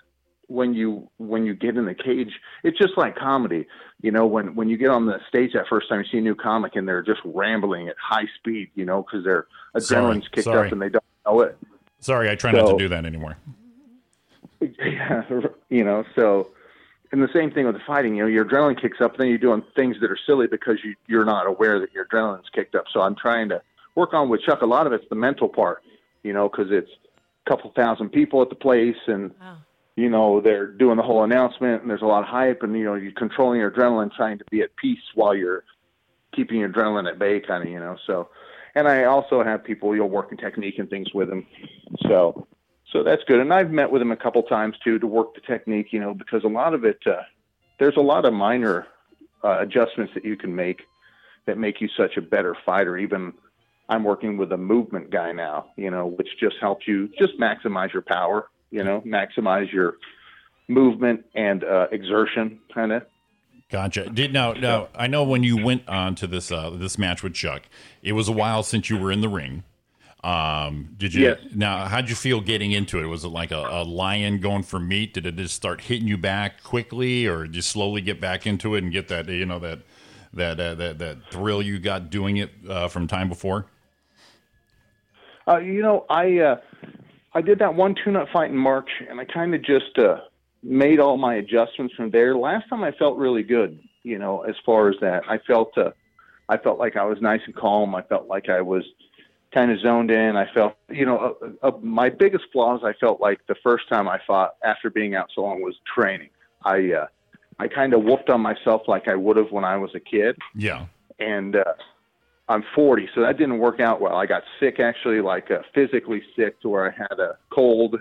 S12: when you when you get in the cage, it's just like comedy. You know, when when you get on the stage that first time, you see a new comic and they're just rambling at high speed. You know, because their
S7: Sorry,
S12: adrenaline's kicked
S7: sorry.
S12: up and they don't know it.
S7: Sorry, I try not to
S12: So-
S7: do that anymore.
S12: Yeah, you know, so and the same thing with the fighting. You know, your adrenaline kicks up, then you're doing things that are silly because you you're not aware that your adrenaline's kicked up. So I'm trying to work on with Chuck. A lot of it's the mental part, you know, because it's a couple thousand people at the place, and you know they're doing the whole announcement, and there's a lot of hype, and you know you're controlling your adrenaline, trying to be at peace while you're keeping your adrenaline at bay, kind of, you know. So and I also have people you know working technique and things with them. So so that's good. And I've met with them a couple times too to work the technique, you know, because a lot of it uh, there's a lot of minor uh, adjustments that you can make that make you such a better fighter. Even I'm working with a movement guy now, you know, which just helps you just maximize your power, you know, maximize your movement and uh, exertion, kind of.
S7: Gotcha. Did no no. I know when you went on to this uh, this match with Chuck, it was a while since you were in the ring. Um, did you
S12: Yes.
S7: now? How'd you feel getting into it? Was it like a, a lion going for meat? Did it just start hitting you back quickly, or just slowly get back into it and get that you know that that uh, that that thrill you got doing it uh, from time before?
S12: Uh, you know, I uh, I did that one tune-up fight in March, and I kind of just uh, made all my adjustments from there. Last time, I felt really good. You know, as far as that, I felt uh, I felt like I was nice and calm. I felt like I was kind of zoned in. I felt, you know, uh, uh, my biggest flaws. I felt like the first time I fought after being out so long was training. I uh, I kind of whooped on myself like I would have when I was a kid
S7: Yeah.
S12: and uh, I'm 40, so that didn't work out well. I got sick, actually, like uh, physically sick, to where I had a cold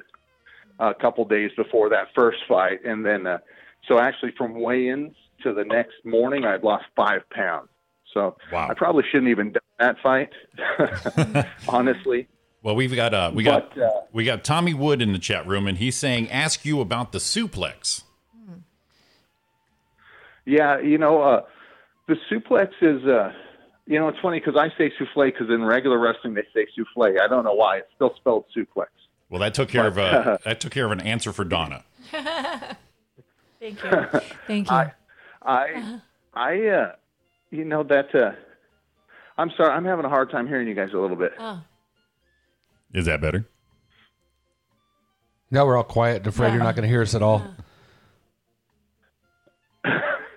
S12: a couple days before that first fight, and then uh, so actually from weigh-ins to the next morning, I'd lost five pounds. So I probably shouldn't even done that fight, honestly.
S7: Well, we've got uh, we got we got Tommy Wood in the chat room, and he's saying, "Ask you about the suplex."
S12: Yeah, you know, uh, the suplex is, uh, you know, it's funny because I say souffle because in regular wrestling they say souffle. I don't know why. It's still spelled suplex.
S7: Well, that took care of uh, that took care of an answer for Donna.
S8: Thank you. Thank
S12: you. I, I, I uh, you know that. Uh, I'm sorry. I'm having a hard time hearing you guys a little bit.
S8: Uh, Oh,
S7: Is that better?
S6: Now we're all quiet and afraid you're not going to hear us at all.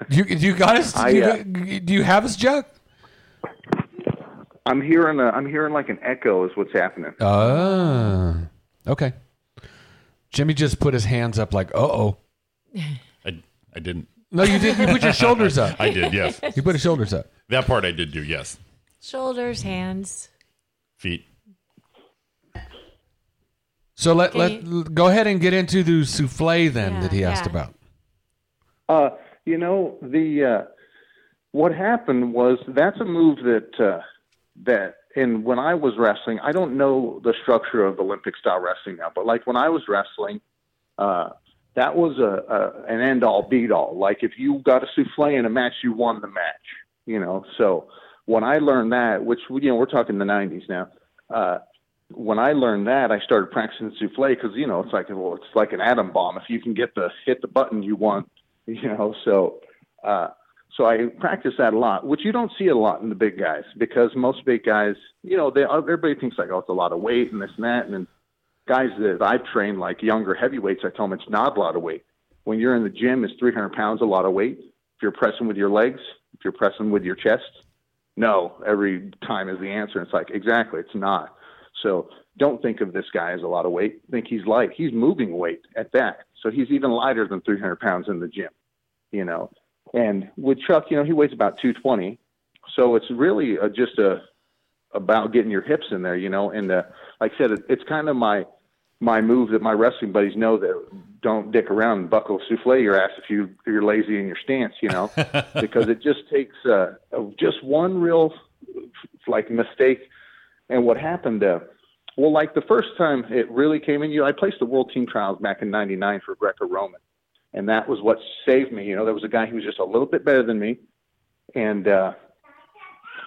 S6: you you got us?
S12: I,
S6: you,
S12: uh,
S6: do you have us, Jack?
S12: I'm hearing. A, I'm hearing like an echo is what's happening.
S6: Oh, okay. Jimmy just put his hands up like, uh oh.
S7: I, I didn't.
S6: No, you did. You put your shoulders up.
S7: I did, yes.
S6: You put his shoulders up.
S7: That part I did do. Yes,
S8: Shoulders, hands.
S7: feet.
S6: So let,
S8: Can
S6: let
S8: you-
S6: l- go ahead and get into the souffle then that he asked
S8: yeah.
S6: about.
S12: Uh, you know the uh, what happened was that's a move that uh, that and when I was wrestling, I don't know the structure of Olympic style wrestling now, but like when I was wrestling, uh, that was a, a an end all beat all. Like if you got a souffle in a match, you won the match. You know, so when I learned that, which you know we're talking the '90s now. Uh, when I learned that, I started practicing souffle because you know it's like well, it's like an atom bomb. If you can get the hit the button you want, you know. So, uh, so I practice that a lot, which you don't see a lot in the big guys because most big guys, you know, they everybody thinks like oh it's a lot of weight and this and that, and then guys that I've trained like younger heavyweights, I tell them it's not a lot of weight. When you're in the gym, is 300 pounds a lot of weight? If you're pressing with your legs, if you're pressing with your chest, no. Every time is the answer. It's like exactly, it's not. So don't think of this guy as a lot of weight. Think he's light. He's moving weight at that. So he's even lighter than 300 pounds in the gym, you know. And with Chuck, you know, he weighs about 220. So it's really uh just a about getting your hips in there, you know. And uh, like I said, it, it's kind of my my move that my wrestling buddies know that don't dick around and buckle souffle your ass if you if you're lazy in your stance, you know, because it just takes uh, just one real like mistake and what happened, uh, well, like the first time it really came in, you know, I placed the World Team Trials back in '99 for Greco-Roman, and that was what saved me. You know, there was a guy who was just a little bit better than me, and uh,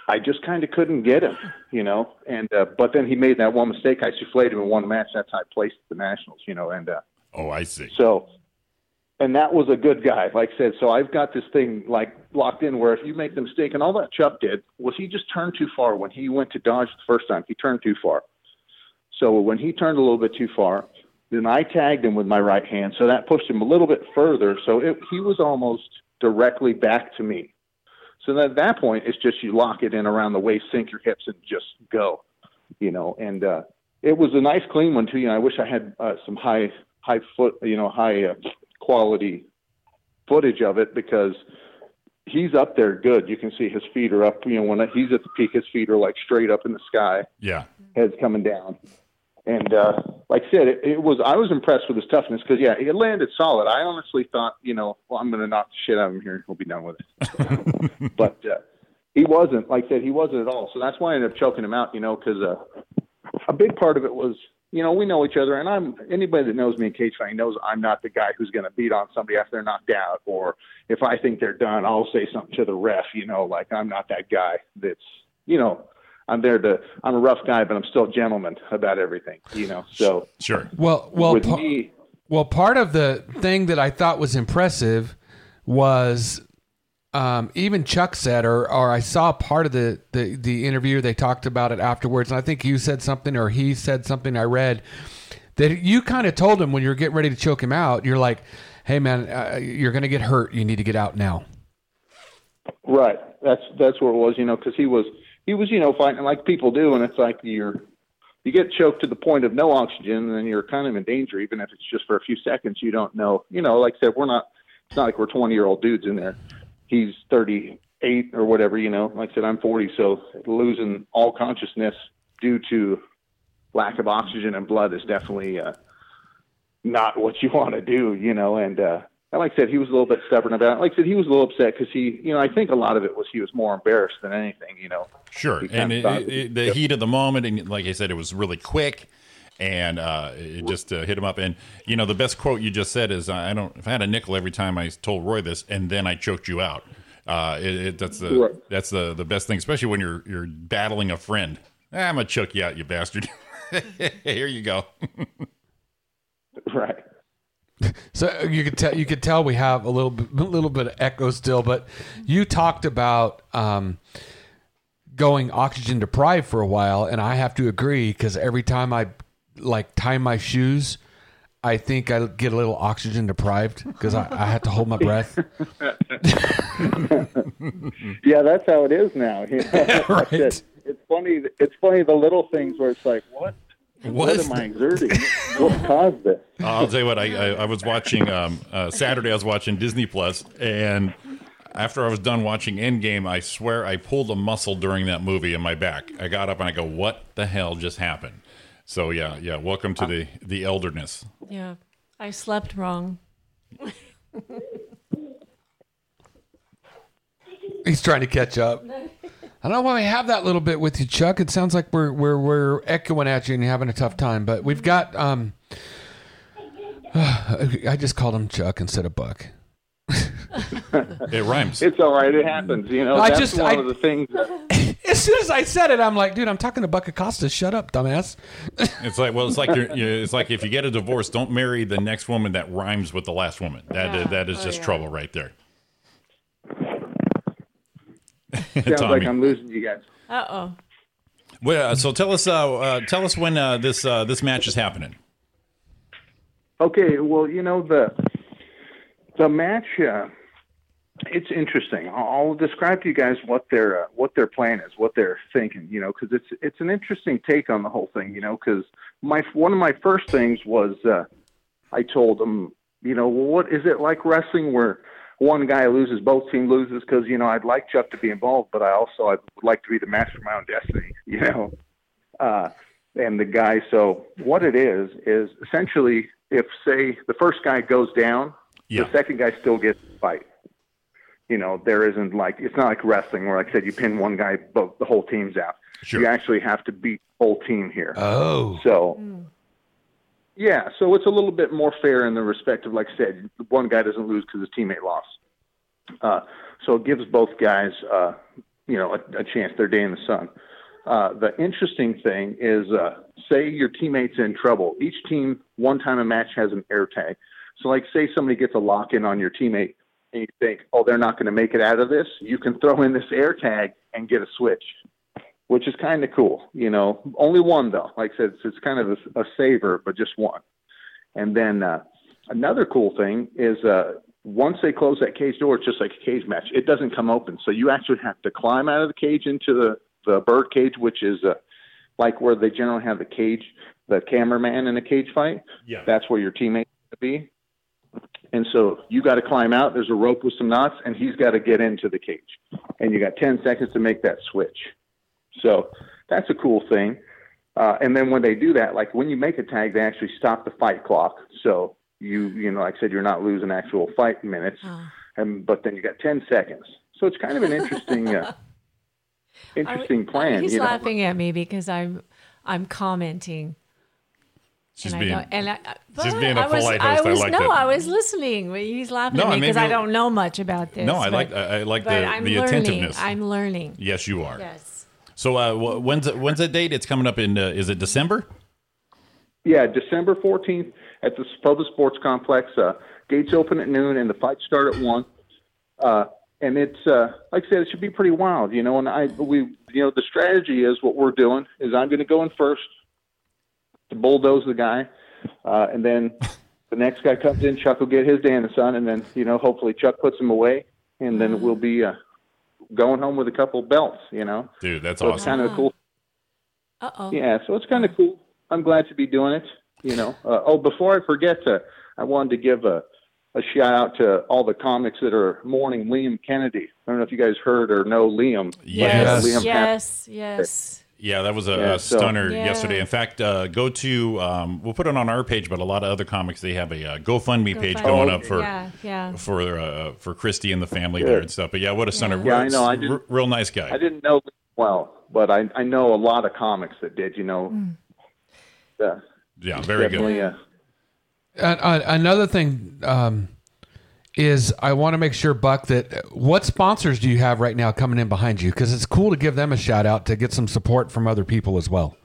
S12: I just kind of couldn't get him. You know, and uh, but then he made that one mistake. I souffled him in one match. That's how I placed the nationals. You know, and uh,
S7: Oh, I see.
S12: so, and that was a good guy, like I said. So I've got this thing like locked in where if you make the mistake, and all that Chuck did was he just turned too far when he went to dodge the first time. He turned too far. So when he turned a little bit too far, then I tagged him with my right hand, so that pushed him a little bit further. So it, he was almost directly back to me. So then at that point, it's just you lock it in around the waist, sink your hips, and just go, you know. And uh, it was a nice clean one too. You know, I wish I had uh, some high high foot, you know, high uh, quality footage of it because he's up there good. You can see his feet are up. You know, when he's at the peak, his feet are like straight up in the sky.
S7: Yeah.
S12: heads coming down. And uh, like I said, it, it was I was impressed with his toughness because yeah, it landed solid. I honestly thought, you know, well, I'm going to knock the shit out of him here and he'll be done with it. but uh, he wasn't. Like I said, he wasn't at all. So that's why I ended up choking him out. You know, because uh, a big part of it was, you know, we know each other, and I'm anybody that knows me in cage fighting knows I'm not the guy who's going to beat on somebody after they're knocked out, or if I think they're done, I'll say something to the ref. You know, like I'm not that guy. That's you know, I'm there to. I'm a rough guy, but I'm still a gentleman about everything. You know, so
S7: sure.
S6: Well, well,
S12: With
S6: pa-
S12: me-
S6: well. Part of the thing that I thought was impressive was um, even Chuck said, or or I saw part of the, the the interview. They talked about it afterwards, and I think you said something, or he said something. I read that you kind of told him when you were getting ready to choke him out. You're like, "Hey, man, uh, you're going to get hurt. You need to get out now."
S12: Right. That's that's where it was, you know, because he was he was you know fighting like people do, and it's like you're you get choked to the point of no oxygen, and then you're kind of in danger, even if it's just for a few seconds. You don't know, you know. Like I said, we're not. It's not like we're twenty year old dudes in there. He's thirty eight or whatever, you know. Like I said, I'm forty, so losing all consciousness due to lack of oxygen and blood is definitely uh, not what you want to do, you know. And uh, and like I said, he was a little bit stubborn about it. Like I said, he was a little upset because he, you know, I think a lot of it was he was more embarrassed than anything, you know.
S7: Sure,
S12: kinda
S7: and it,
S12: thought-
S7: it, it- the heat of the moment, and like I said, it was really quick, and uh, it just uh, hit him up. And you know, the best quote you just said is, "I don't. If I had a nickel every time I told Roy this, and then I choked you out." Uh, it, it, that's the
S12: Right.
S7: that's the the best thing, especially when you're you're battling a friend. "Ah, I'm gonna choke you out, you bastard. Here you go.
S12: Right.
S6: So uh, you could tell you could tell we have a little bit, little bit of echo still, but you talked about um, going oxygen deprived for a while, and I have to agree because every time I like tie my shoes, I think I get a little oxygen deprived because I, I have to hold my breath.
S12: yeah, that's how it is now. You know? right. It's funny. It's funny the little things where it's like, what?
S7: What
S12: am I exerting? what caused this?
S7: Uh, I'll tell you what. I, I, I was watching um, uh, Saturday. I was watching Disney Plus, and after I was done watching Endgame, I swear I pulled a muscle during that movie in my back. I got up and I go, "What the hell just happened?" So yeah, yeah. Welcome to the the elderness.
S8: Yeah. I slept wrong.
S6: He's trying to catch up. I don't know why we have that little bit with you, Chuck. It sounds like we're we're we're echoing at you and you're having a tough time. But we've got um, I just called him Chuck instead of Buck.
S7: It rhymes.
S12: It's all right. It happens. You know.
S6: I
S12: that's
S6: just-
S12: one
S6: I-
S12: of the things. That,
S6: As soon as I said it, I'm like, dude, I'm talking to Buck Acosta. Shut up, dumbass.
S7: It's like well, it's like you're, you it's like if you get a divorce, don't marry the next woman that rhymes with the last woman. That
S8: Yeah.
S7: that is
S8: Oh,
S7: just
S8: yeah.
S7: trouble right there.
S12: sounds
S7: Tommy.
S12: like I'm losing you guys.
S8: Uh oh.
S7: Well, uh, so tell us uh, uh, tell us when uh, this uh, this match is happening.
S12: Okay, well, you know the the match. Uh, it's interesting. I'll I'll describe to you guys what their uh, what their plan is, what they're thinking. You know, because it's it's an interesting take on the whole thing. You know, because my one of my first things was uh, I told them, you know, well, what is it like wrestling where one guy loses, both team loses? Because you know, I'd like Chuck to be involved, but I also I would like to be the master of my own destiny. You know, uh, and the guy. So what it is is essentially if say the first guy goes down,
S7: Yeah.
S12: the second guy still gets the fight. You know, there isn't like it's not like wrestling where, like I said, you pin one guy, both the whole team's out.
S7: Sure.
S12: You actually have to beat the whole team here.
S6: Oh,
S12: So, yeah, so it's a little bit more fair in the respect of, like I said, one guy doesn't lose because his teammate lost. Uh, so it gives both guys, uh, you know, a, a chance, their day in the sun. Uh, the interesting thing is, uh, say your teammate's in trouble. Each team, one time a match, has an air tag. So, like, say somebody gets a lock in on your teammate, and you think, oh, they're not going to make it out of this. You can throw in this air tag and get a switch which is kind of cool. You know, only one though. Like I said, it's, it's kind of a, a saver, but just one. And then uh, another cool thing is uh, once they close that cage door, it's just like a cage match. It doesn't come open, so you actually have to climb out of the cage into the the bird cage, which is uh, like where they generally have the cage, the cameraman in a cage fight.
S7: Yeah.
S12: That's where your teammates to be. And so you got to climb out. There's a rope with some knots, and he's got to get into the cage. And you got 10 seconds to make that switch. So that's a cool thing. Uh, and then when they do that, like when you make a tag, they actually stop the fight clock. So you, you know, like I said, you're not losing actual fight minutes, and but then you got 10 seconds. So it's kind of an interesting, uh, interesting plan.
S8: He's
S12: you know?
S8: laughing at me because I'm I'm commenting.
S7: She's
S8: and
S7: being-
S8: I know, and I, uh,
S7: she's
S8: but
S7: being a
S8: I was,
S7: polite host. I
S8: was,
S7: liked
S8: no,
S7: it.
S8: I was listening. but He's laughing
S7: No,
S8: at
S7: I
S8: me
S7: mean,
S8: because I
S7: maybe-
S8: don't know much about this.
S7: No, I
S8: but-
S7: like I I like
S8: but
S7: the,
S8: I'm
S7: the
S8: learning.
S7: attentiveness.
S8: I'm learning.
S7: yes, you are.
S8: Yes.
S7: So uh, wh- when's it, when's that date? It's coming up in uh, is it December?
S12: Yeah, December 14th at the Public Sports Complex. Uh, gates open at noon and the fights start at 1. Uh, and it's, uh, like I said, it should be pretty wild, you know. And I, we, you know, the strategy is what we're doing is I'm going to go in first to bulldoze the guy. Uh, and then the next guy comes in, Chuck will get his day in the sun. And then, you know, hopefully Chuck puts him away. And then we'll be uh, going home with a couple belts, you know.
S7: Dude, that's
S12: so It's
S7: awesome.
S12: kind of a cool
S8: Uh oh.
S12: yeah, so it's kind of cool. I'm glad to be doing it. You know. Uh, oh, before I forget, uh, I wanted to give a, a shout out to all the comics that are mourning Liam Kennedy. I don't know if you guys heard or know Liam. but, uh,
S7: Yes.
S12: Liam
S8: Yes. Yes.
S7: Yeah, that was a,
S12: Yeah,
S7: a
S12: so-
S7: stunner
S8: Yeah.
S7: yesterday. In fact, uh, go to um, we'll put it on our page, but a lot of other comics they have a uh, GoFundMe page
S8: GoFundMe.
S7: going up for
S8: Yeah. Yeah.
S7: for uh, for Christy and the family
S12: Good.
S7: there and stuff. But yeah, what a stunner!
S12: Yeah, I know. I
S7: R-
S12: didn't-
S7: real nice guy.
S12: I didn't know Liam well, but I I know a lot of comics that did. You know. Yeah.
S7: Yeah, very
S12: definitely,
S7: good.
S12: Uh,
S6: An- an- uh, another thing um, is I want to make sure, Buck, that uh, what sponsors do you have right now coming in behind you? Because it's cool to give them a shout out to get some support from other people as well.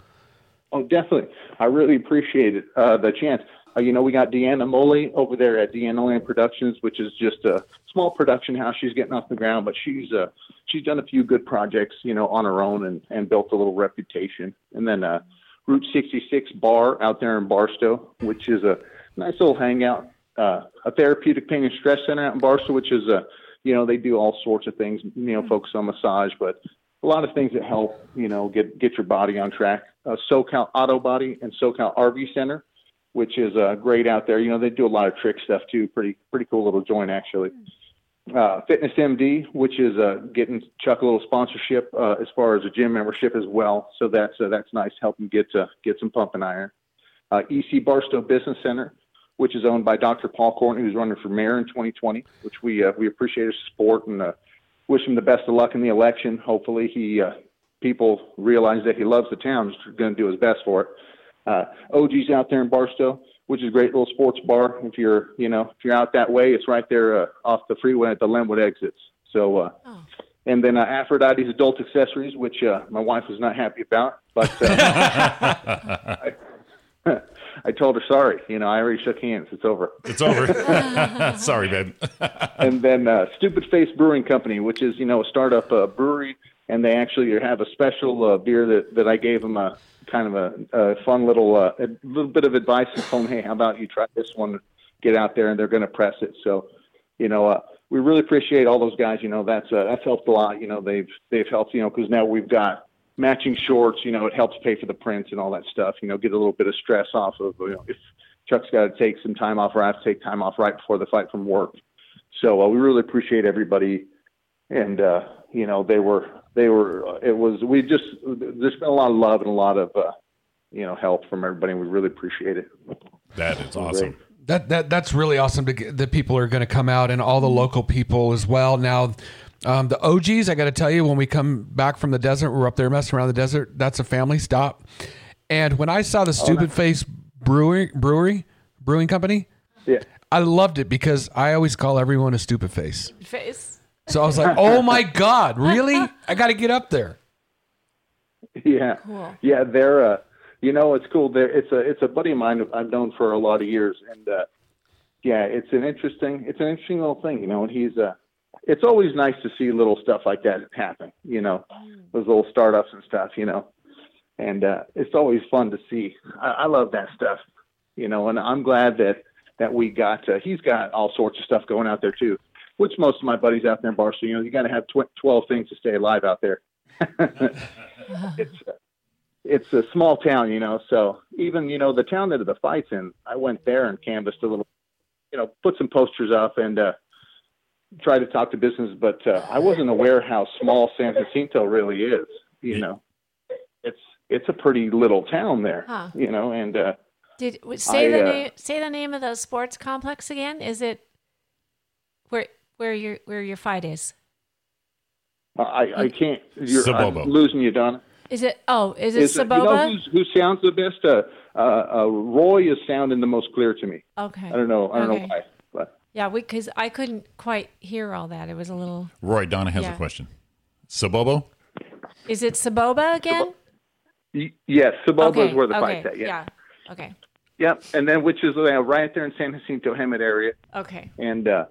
S12: Oh, definitely. I really appreciate it, uh, the chance. Uh, you know, we got Deanna Moley over there at Deanna Land Productions, which is just a small production house. She's getting off the ground, but she's uh, she's done a few good projects, you know, on her own and, and built a little reputation. And then uh, Route 66 Bar out there in Barstow, which is a nice little hangout, uh, a therapeutic pain and stress center out in Barstow, which is a, you know, they do all sorts of things, you know, focus on massage, but a lot of things that help you know get get your body on track. Uh, SoCal Auto Body and SoCal RV Center, which is uh, great out there. You know they do a lot of trick stuff too. Pretty pretty cool little joint actually. Uh, Fitness MD, which is uh, getting Chuck a little sponsorship uh, as far as a gym membership as well. So that's uh, that's nice. Help him get uh, get some pumping iron. Uh, EC Barstow Business Center, which is owned by Dr. Paul Courtney, who's running for mayor in 2020. Which we uh, we appreciate his support and. Uh, wish him the best of luck in the election. Hopefully, he uh, people realize that he loves the town. He's going to do his best for it. Uh, OG's out there in Barstow, which is a great little sports bar. If you're you know if you're out that way, it's right there uh, off the freeway at the Linwood exits. So. Uh, And then uh, Aphrodite's Adult Accessories, which uh, my wife was not happy about, but uh, I, I told her sorry. You know, I already shook hands. It's over.
S7: It's over. Sorry, babe.
S12: and then uh, Stupid Face Brewing Company, which is you know a startup uh, brewery, and they actually have a special uh, beer that that I gave them a kind of a, a fun little uh, a little bit of advice and told them, hey, how about you try this one? Get out there, and they're going to press it. So, you know. Uh, we really appreciate all those guys. You know, that's uh, that's helped a lot. You know, they've they've helped. You know, because now we've got matching shorts. You know, it helps pay for the prints and all that stuff. You know, get a little bit of stress off of. You know, if Chuck's got to take some time off, or I have to take time off right before the fight from work. So uh, we really appreciate everybody, and uh, you know they were they were uh, it was we just there's been a lot of love and a lot of uh, you know help from everybody, and we really appreciate it.
S7: That is awesome.
S6: That that that's really awesome to get, that people are going to come out and all the local people as well. Now, um, the OGs, I got to tell you, when we come back from the desert, we're up there messing around the desert. That's a family stop. And when I saw the Stupid Face Brewery Brewery Brewing Company,
S12: yeah,
S6: I loved it because I always call everyone a stupid face.
S8: Face.
S6: So I was like, oh my god, really? I got to get up there.
S12: Yeah.
S8: Cool.
S12: Yeah, they're uh you know, it's cool. There it's a it's a buddy of mine I've known for a lot of years and uh yeah, it's an interesting it's an interesting little thing, you know, and he's uh it's always nice to see little stuff like that happen, you know, those little startups and stuff, you know. And uh it's always fun to see. I, I love that stuff, you know, and I'm glad that that we got uh, he's got all sorts of stuff going out there too. Which most of my buddies out there in Barstow, you know, you got to have tw- 12 things to stay alive out there. it's a small town, you know. So even you know the town that the fight's in, I went there and canvassed a little. you know, put some posters up and uh, try to talk to business. But uh, I wasn't aware how small San Jacinto really is. You know, it's it's a pretty little town there.
S8: Huh.
S12: You know, and uh,
S8: Did w- say the
S12: I, uh,
S8: name say the name of the sports complex again? Is it where where your where your fight is?
S12: I I can't. You're I'm
S7: Sabobo.
S12: losing you, Donna.
S8: Is it oh, is it
S12: Is, uh, you know
S8: Saboba?
S12: who's- who sounds the best? Uh, uh, uh, Roy is sounding the most clear to me.
S8: okay.
S12: I don't know. I don't
S8: Okay.
S12: know why. But
S8: Yeah, we cuz I couldn't quite hear all that. It was a little
S7: Roy, Donna has
S8: Yeah.
S7: a question. Sabobo?
S8: Is it Saboba again?
S12: y- yes, Saboba
S8: okay.
S12: is where the
S8: okay.
S12: fight's at. Yeah.
S8: yeah. Okay.
S12: Yep. And then which is uh, right there in San Jacinto Hemet area.
S8: Okay.
S12: and uh,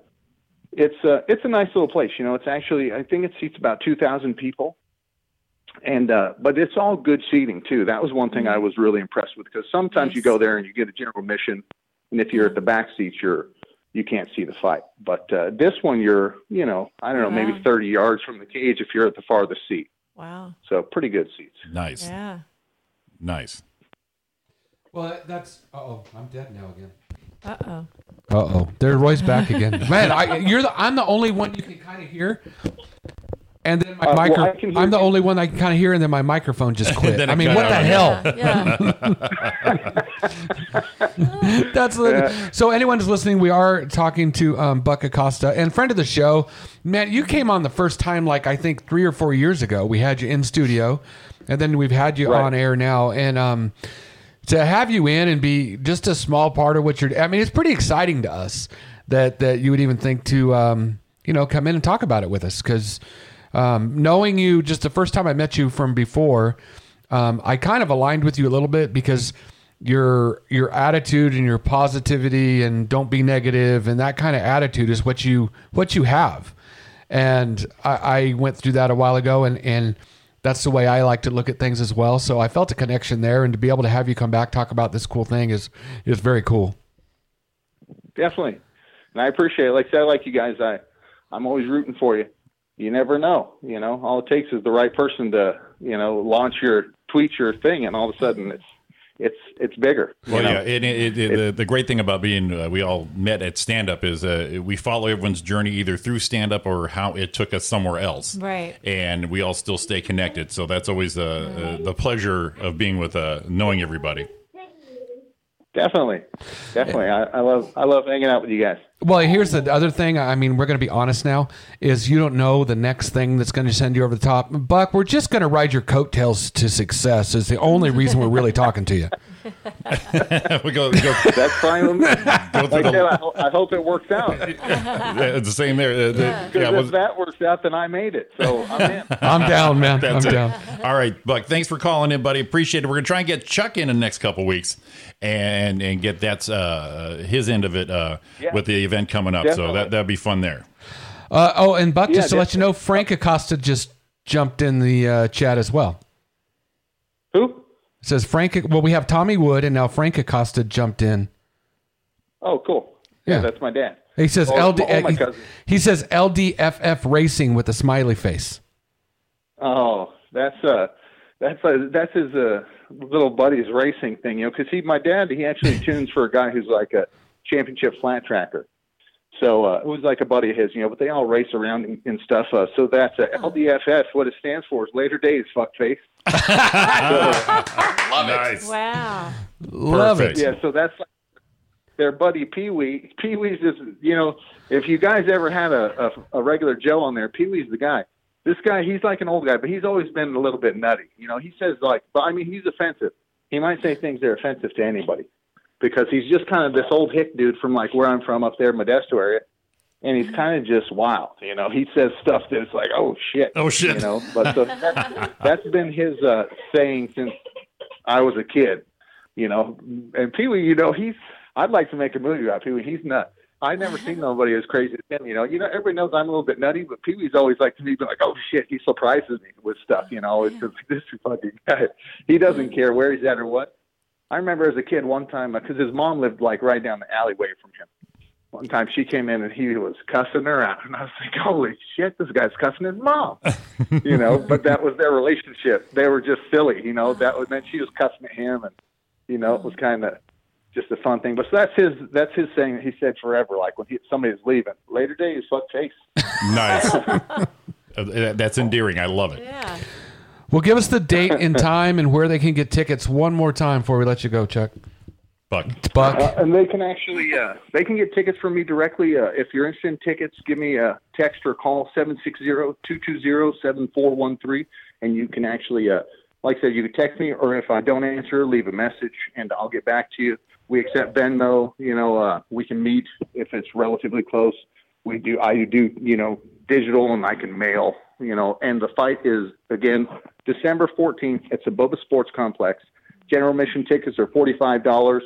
S12: it's uh, it's a nice little place. You know, it's actually I think it seats about two thousand people, and uh, but it's all good seating too. That was one thing
S8: Mm-hmm.
S12: I was really impressed with because sometimes you go there and you get a general admission, and if you're at the back seats, you're you can't see the fight. But uh, this one, you're you know I don't know
S8: Wow.
S12: maybe thirty yards from the cage if you're at the farthest seat.
S8: Wow.
S12: So pretty good seats.
S7: Nice.
S8: Yeah.
S7: Nice.
S13: Well, that's. Oh, I'm dead now again.
S8: Uh-oh.
S6: Uh oh, there Roy's back again. Man, I, you're the, I'm the only one you can kind of hear. And then my
S13: Uh, well,
S6: micro,
S13: I can hear
S6: I'm the only one I can kind of hear, and then my microphone just quit.
S13: Then it
S6: I mean,
S13: cut
S6: what the
S13: out.
S6: hell?
S13: Yeah.
S6: That's lit- so. Anyone who's listening, we are talking to um, Buck Acosta and friend of the show, Matt. You came on the first time, like I think three or four years ago. We had you in studio, and then we've had you
S13: Right.
S6: on air now. And um, to have you in and be just a small part of what you're, I mean, it's pretty exciting to us that that you would even think to, um, you know, come in and talk about it with us because um, knowing you just the first time I met you from before, um, I kind of aligned with you a little bit because your your attitude and your positivity and don't be negative and that kind of attitude is what you what you have. And I, I went through that a while ago and and that's the way I like to look at things as well. So I felt a connection there and to be able to have you come back talk about this cool thing is is very cool.
S12: Definitely. And I appreciate it. Like I said, I like you guys. I, I'm always rooting for you. You never know. You know, all it takes is the right person to, you know, launch your tweet your thing, and all of a sudden it's, it's, it's bigger. you
S7: Well,
S12: know?
S7: yeah, and it, it, it, the, the great thing about being uh, we all met at stand up is uh, we follow everyone's journey either through stand up or how it took us somewhere else.
S8: Right.
S7: And we all still stay connected. So that's always uh, uh, the pleasure of being with uh, knowing everybody.
S12: Definitely. Definitely. I, I love, I love hanging out with you guys.
S6: Well, here's the other thing. I mean, we're going to be honest now. Is you don't know the next thing that's going to send you over the top, Buck. We're just going to ride your coattails to success. Is the only reason we're really talking to you.
S7: we go, go,
S12: That's fine with me.
S7: Go through
S12: Like I, said, I
S7: the,
S12: ho- I hope it works out.
S7: it's the same there. Uh, the-
S12: Because
S7: yeah,
S12: if
S7: was-
S12: that works out, then I made it. So I'm in.
S6: I'm down, man.
S7: That's
S6: I'm
S7: it.
S6: down.
S7: All right, Buck. Thanks for calling in, buddy. Appreciate it. We're gonna try and get Chuck in in the next couple weeks, and and get that's uh, his end of it uh,
S6: Yeah.
S7: with the event coming up. So
S6: Definitely.
S7: that that'd be fun there.
S6: Uh, oh, and Buck,
S7: Yeah,
S6: just to let you know, Frank Acosta just jumped in the uh, chat as well.
S12: Who
S6: says Frank? Well, we have Tommy Wood, and now Frank Acosta jumped in.
S12: Oh, cool.
S6: Yeah.
S12: that's my dad.
S6: He says
S12: Oh,
S6: LD.
S12: oh, my
S6: he-
S12: cousin.
S6: he says LDFF Racing with a smiley face.
S12: Oh, that's uh that's uh that's his uh, little buddy's racing thing, you know, 'cause he, my dad, he actually tunes for a guy who's like a championship flat tracker. So uh, it was like a buddy of his, you know, but they all race around and, and stuff. Uh, so that's uh, LDFF. What it stands for is later days, fuckface.
S7: Love nice.
S8: Wow.
S6: Love it.
S12: Yeah, so that's like their buddy Pee Wee. Pee Wee's just, you know, if you guys ever had a, a, a regular Joe on there, Pee Wee's the guy. This guy, he's like an old guy, but he's always been a little bit nutty. You know, he says like, but I mean, he's offensive. He might say things that are offensive to anybody because he's just kind of this old hick dude from like where I'm from up there, Modesto area. And he's kind of just wild, you know. He says stuff that's like, "Oh shit,
S7: oh shit,"
S12: you know. But so that's, that's been his uh, saying since I was a kid you know. And Pee Wee, you know, he's I'd like to make a movie about Pee Wee. He's nuts. I never seen nobody as crazy as him. You know, you know, everybody knows I'm a little bit nutty, but Pee Wee's always like to me, be like, "Oh shit," he surprises me with stuff. You know, it's just this fucking guy. He doesn't care where he's at or what. I remember as a kid one time because his mom lived like right down the alleyway from him. One time she came in and he was cussing her out, and I was like, "Holy shit, this guy's cussing his mom," you know. But that was their relationship. They were just silly, you know. That was meant she was cussing at him, and you know, it was kind of just a fun thing. But so that's his that's his saying that he said forever. Like when he, somebody's leaving, later days, fuck Chase.
S7: Nice. Uh, that- That's endearing. I love it.
S6: Well, give us the date and time and where they can get tickets one more time before we let you go, Chuck.
S7: Buck.
S6: Buck.
S12: Uh, and they can actually uh, they can get tickets from me directly. Uh, if you're interested in tickets, give me a text or call 760-220-7413, and you can actually, uh, like I said, you can text me, or if I don't answer, leave a message, and I'll get back to you. We accept Venmo. You know, uh, we can meet if it's relatively close. We do. I do. You know, digital, and I can mail. You know, and the fight is again December 14th. It's the Boba Sports Complex. General admission tickets are forty-five dollars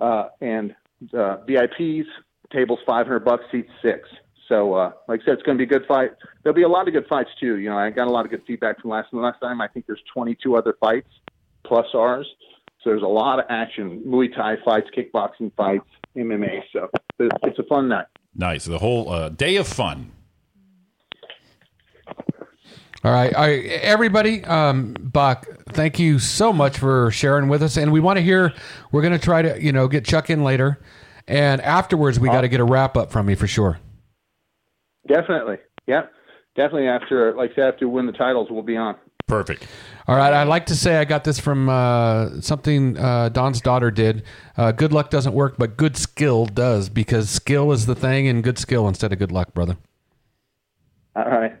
S12: uh, and uh, VIPs tables 500 bucks, seats six. So, uh, like I said, it's going to be a good fight. There'll be a lot of good fights too. You know, I got a lot of good feedback from last last time. I think there's 22 other fights plus ours. So there's a lot of action: Muay Thai fights, kickboxing fights, MMA. So it's it's a fun night.
S7: Nice. The whole uh, day of fun.
S6: All right. All right. Everybody, um, Buck, thank you so much for sharing with us. And we want to hear, we're going to try to, you know, get Chuck in later. And afterwards, we got to get a wrap up from you for sure.
S12: Definitely, yeah, definitely. After like I said, after we win the titles, we'll be on.
S7: Perfect.
S6: All right. I'd like to say I got this from uh, something uh, Don's daughter did. Uh, good luck doesn't work, but good skill does because skill is the thing and good skill instead of good luck, brother.
S12: All right.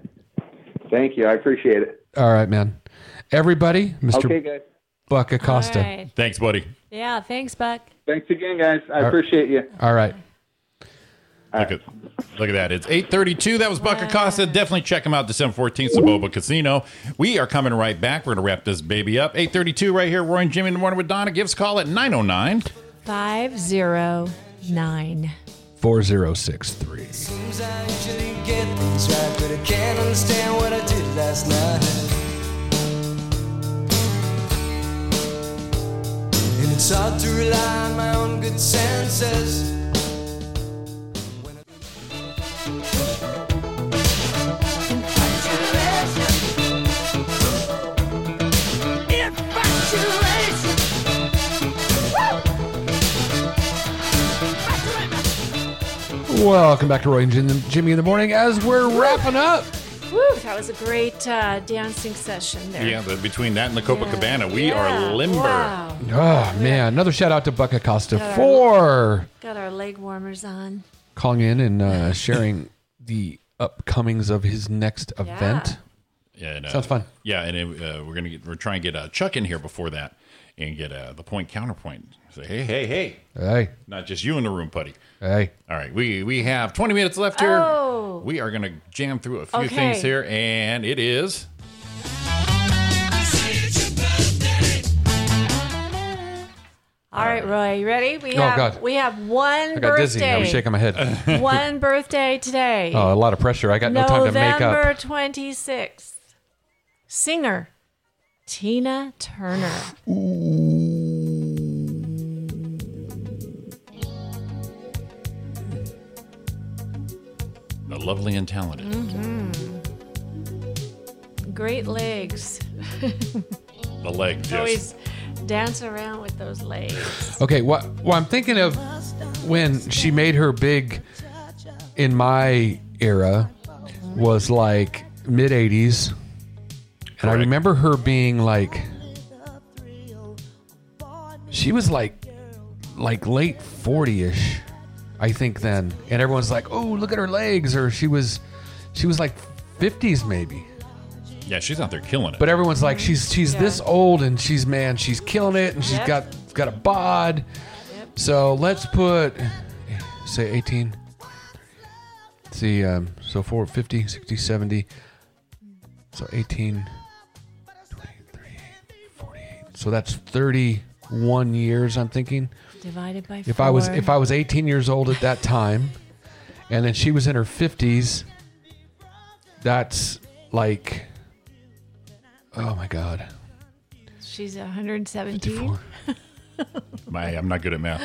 S12: Thank you. I appreciate it.
S6: All right, man. Everybody, Mr.
S12: Okay, guys.
S6: Buck Acosta.
S8: All right.
S7: Thanks, buddy.
S8: Yeah, thanks, Buck.
S12: Thanks again, guys. I
S6: All right.
S12: appreciate you.
S6: All right.
S7: Look at, look at that. It's 832. That was Buck Acosta. Definitely check him out December 14th, Saboba Casino. We are coming right back. We're going to wrap this baby up. 832 right here. Roy and Jimmy in the morning with Donna. Give us a call at 909
S8: 509.
S6: 4063.
S14: Seems I usually get things right, but I can't understand what I did last night. And it's hard to rely on my own good senses.
S6: Welcome back to Roy and Jim- Jimmy in the morning as we're wrapping up.
S8: Woo, that was a great uh, dancing session there.
S7: Yeah, but between that and the Copacabana, we
S8: Yeah.
S7: are limber.
S8: Wow.
S6: Oh, man. Another shout out to Buck Acosta
S8: Got our-
S6: for
S8: Got our leg warmers on.
S6: calling in and uh, sharing the upcomings of his next event.
S7: And, uh,
S6: Sounds fun.
S7: Yeah, and it, uh, we're gonna get, we're trying to get uh, Chuck in here before that and get uh, the point counterpoint. Say hey, hey, hey,
S6: Hey,
S7: not just you in the room, buddy.
S6: hey.
S7: All right, we we have 20 minutes left here.
S8: Oh.
S7: We are gonna jam through a few
S8: Okay.
S7: things here, and it is
S8: All right, Roy, you ready? We
S6: Oh,
S8: have
S6: God.
S8: we have one
S6: I got
S8: birthday.
S6: dizzy. I was shaking my head.
S8: one birthday today.
S6: Oh, a lot of pressure. I got no time to make
S8: November
S6: up.
S8: 26th. Singer Tina Turner.
S7: the lovely and talented.
S8: Mm. Great legs.
S7: The leg just
S8: Always dance around with those legs.
S6: Okay, what well, I'm thinking of when she made her big in my era was like mid 80s. And I remember her being like she was like like late 40ish I think then. And everyone's like, "Oh, look at her legs." Or she was she was like 50s maybe.
S7: yeah, she's out there killing it.
S6: But everyone's like, she's she's
S8: Yeah.
S6: this old and she's man, she's killing it, and she's
S8: Yep.
S6: got got a bod. So let's put say 18. Let's see, um, so 4, 50, 60, 70. So 18, 20, 38, 48. So that's 31 years. I'm thinking.
S8: Divided by four.
S6: If I was if I was 18 years old at that time, and then she was in her 50s, that's like, oh my god,
S8: She's 117.
S7: My, I'm not good at math.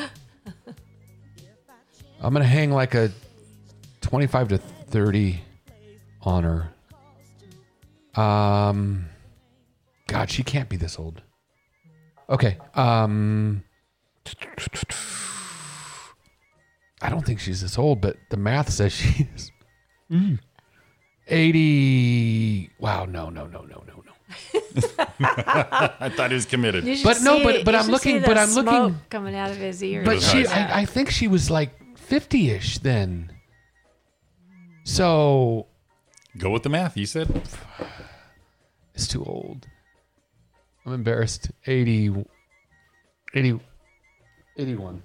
S6: I'm gonna hang like a 25 to 30 on her. Um, God, she can't be this old. Okay, um, I don't think she's this old, but the math says she is. 80. Wow, no, no, no, no, no, no.
S7: I thought he was committed.
S8: You should
S6: But no,
S8: see-
S6: but but
S8: you
S6: I'm
S8: should
S6: looking,
S8: see
S6: but
S8: the
S6: I'm looking.
S8: smoke coming out of his ears.
S6: But she, I, I think she was like 50 ish then. So.
S7: Go with the math, you said?
S6: It's too old. I'm embarrassed. 80. 80 81.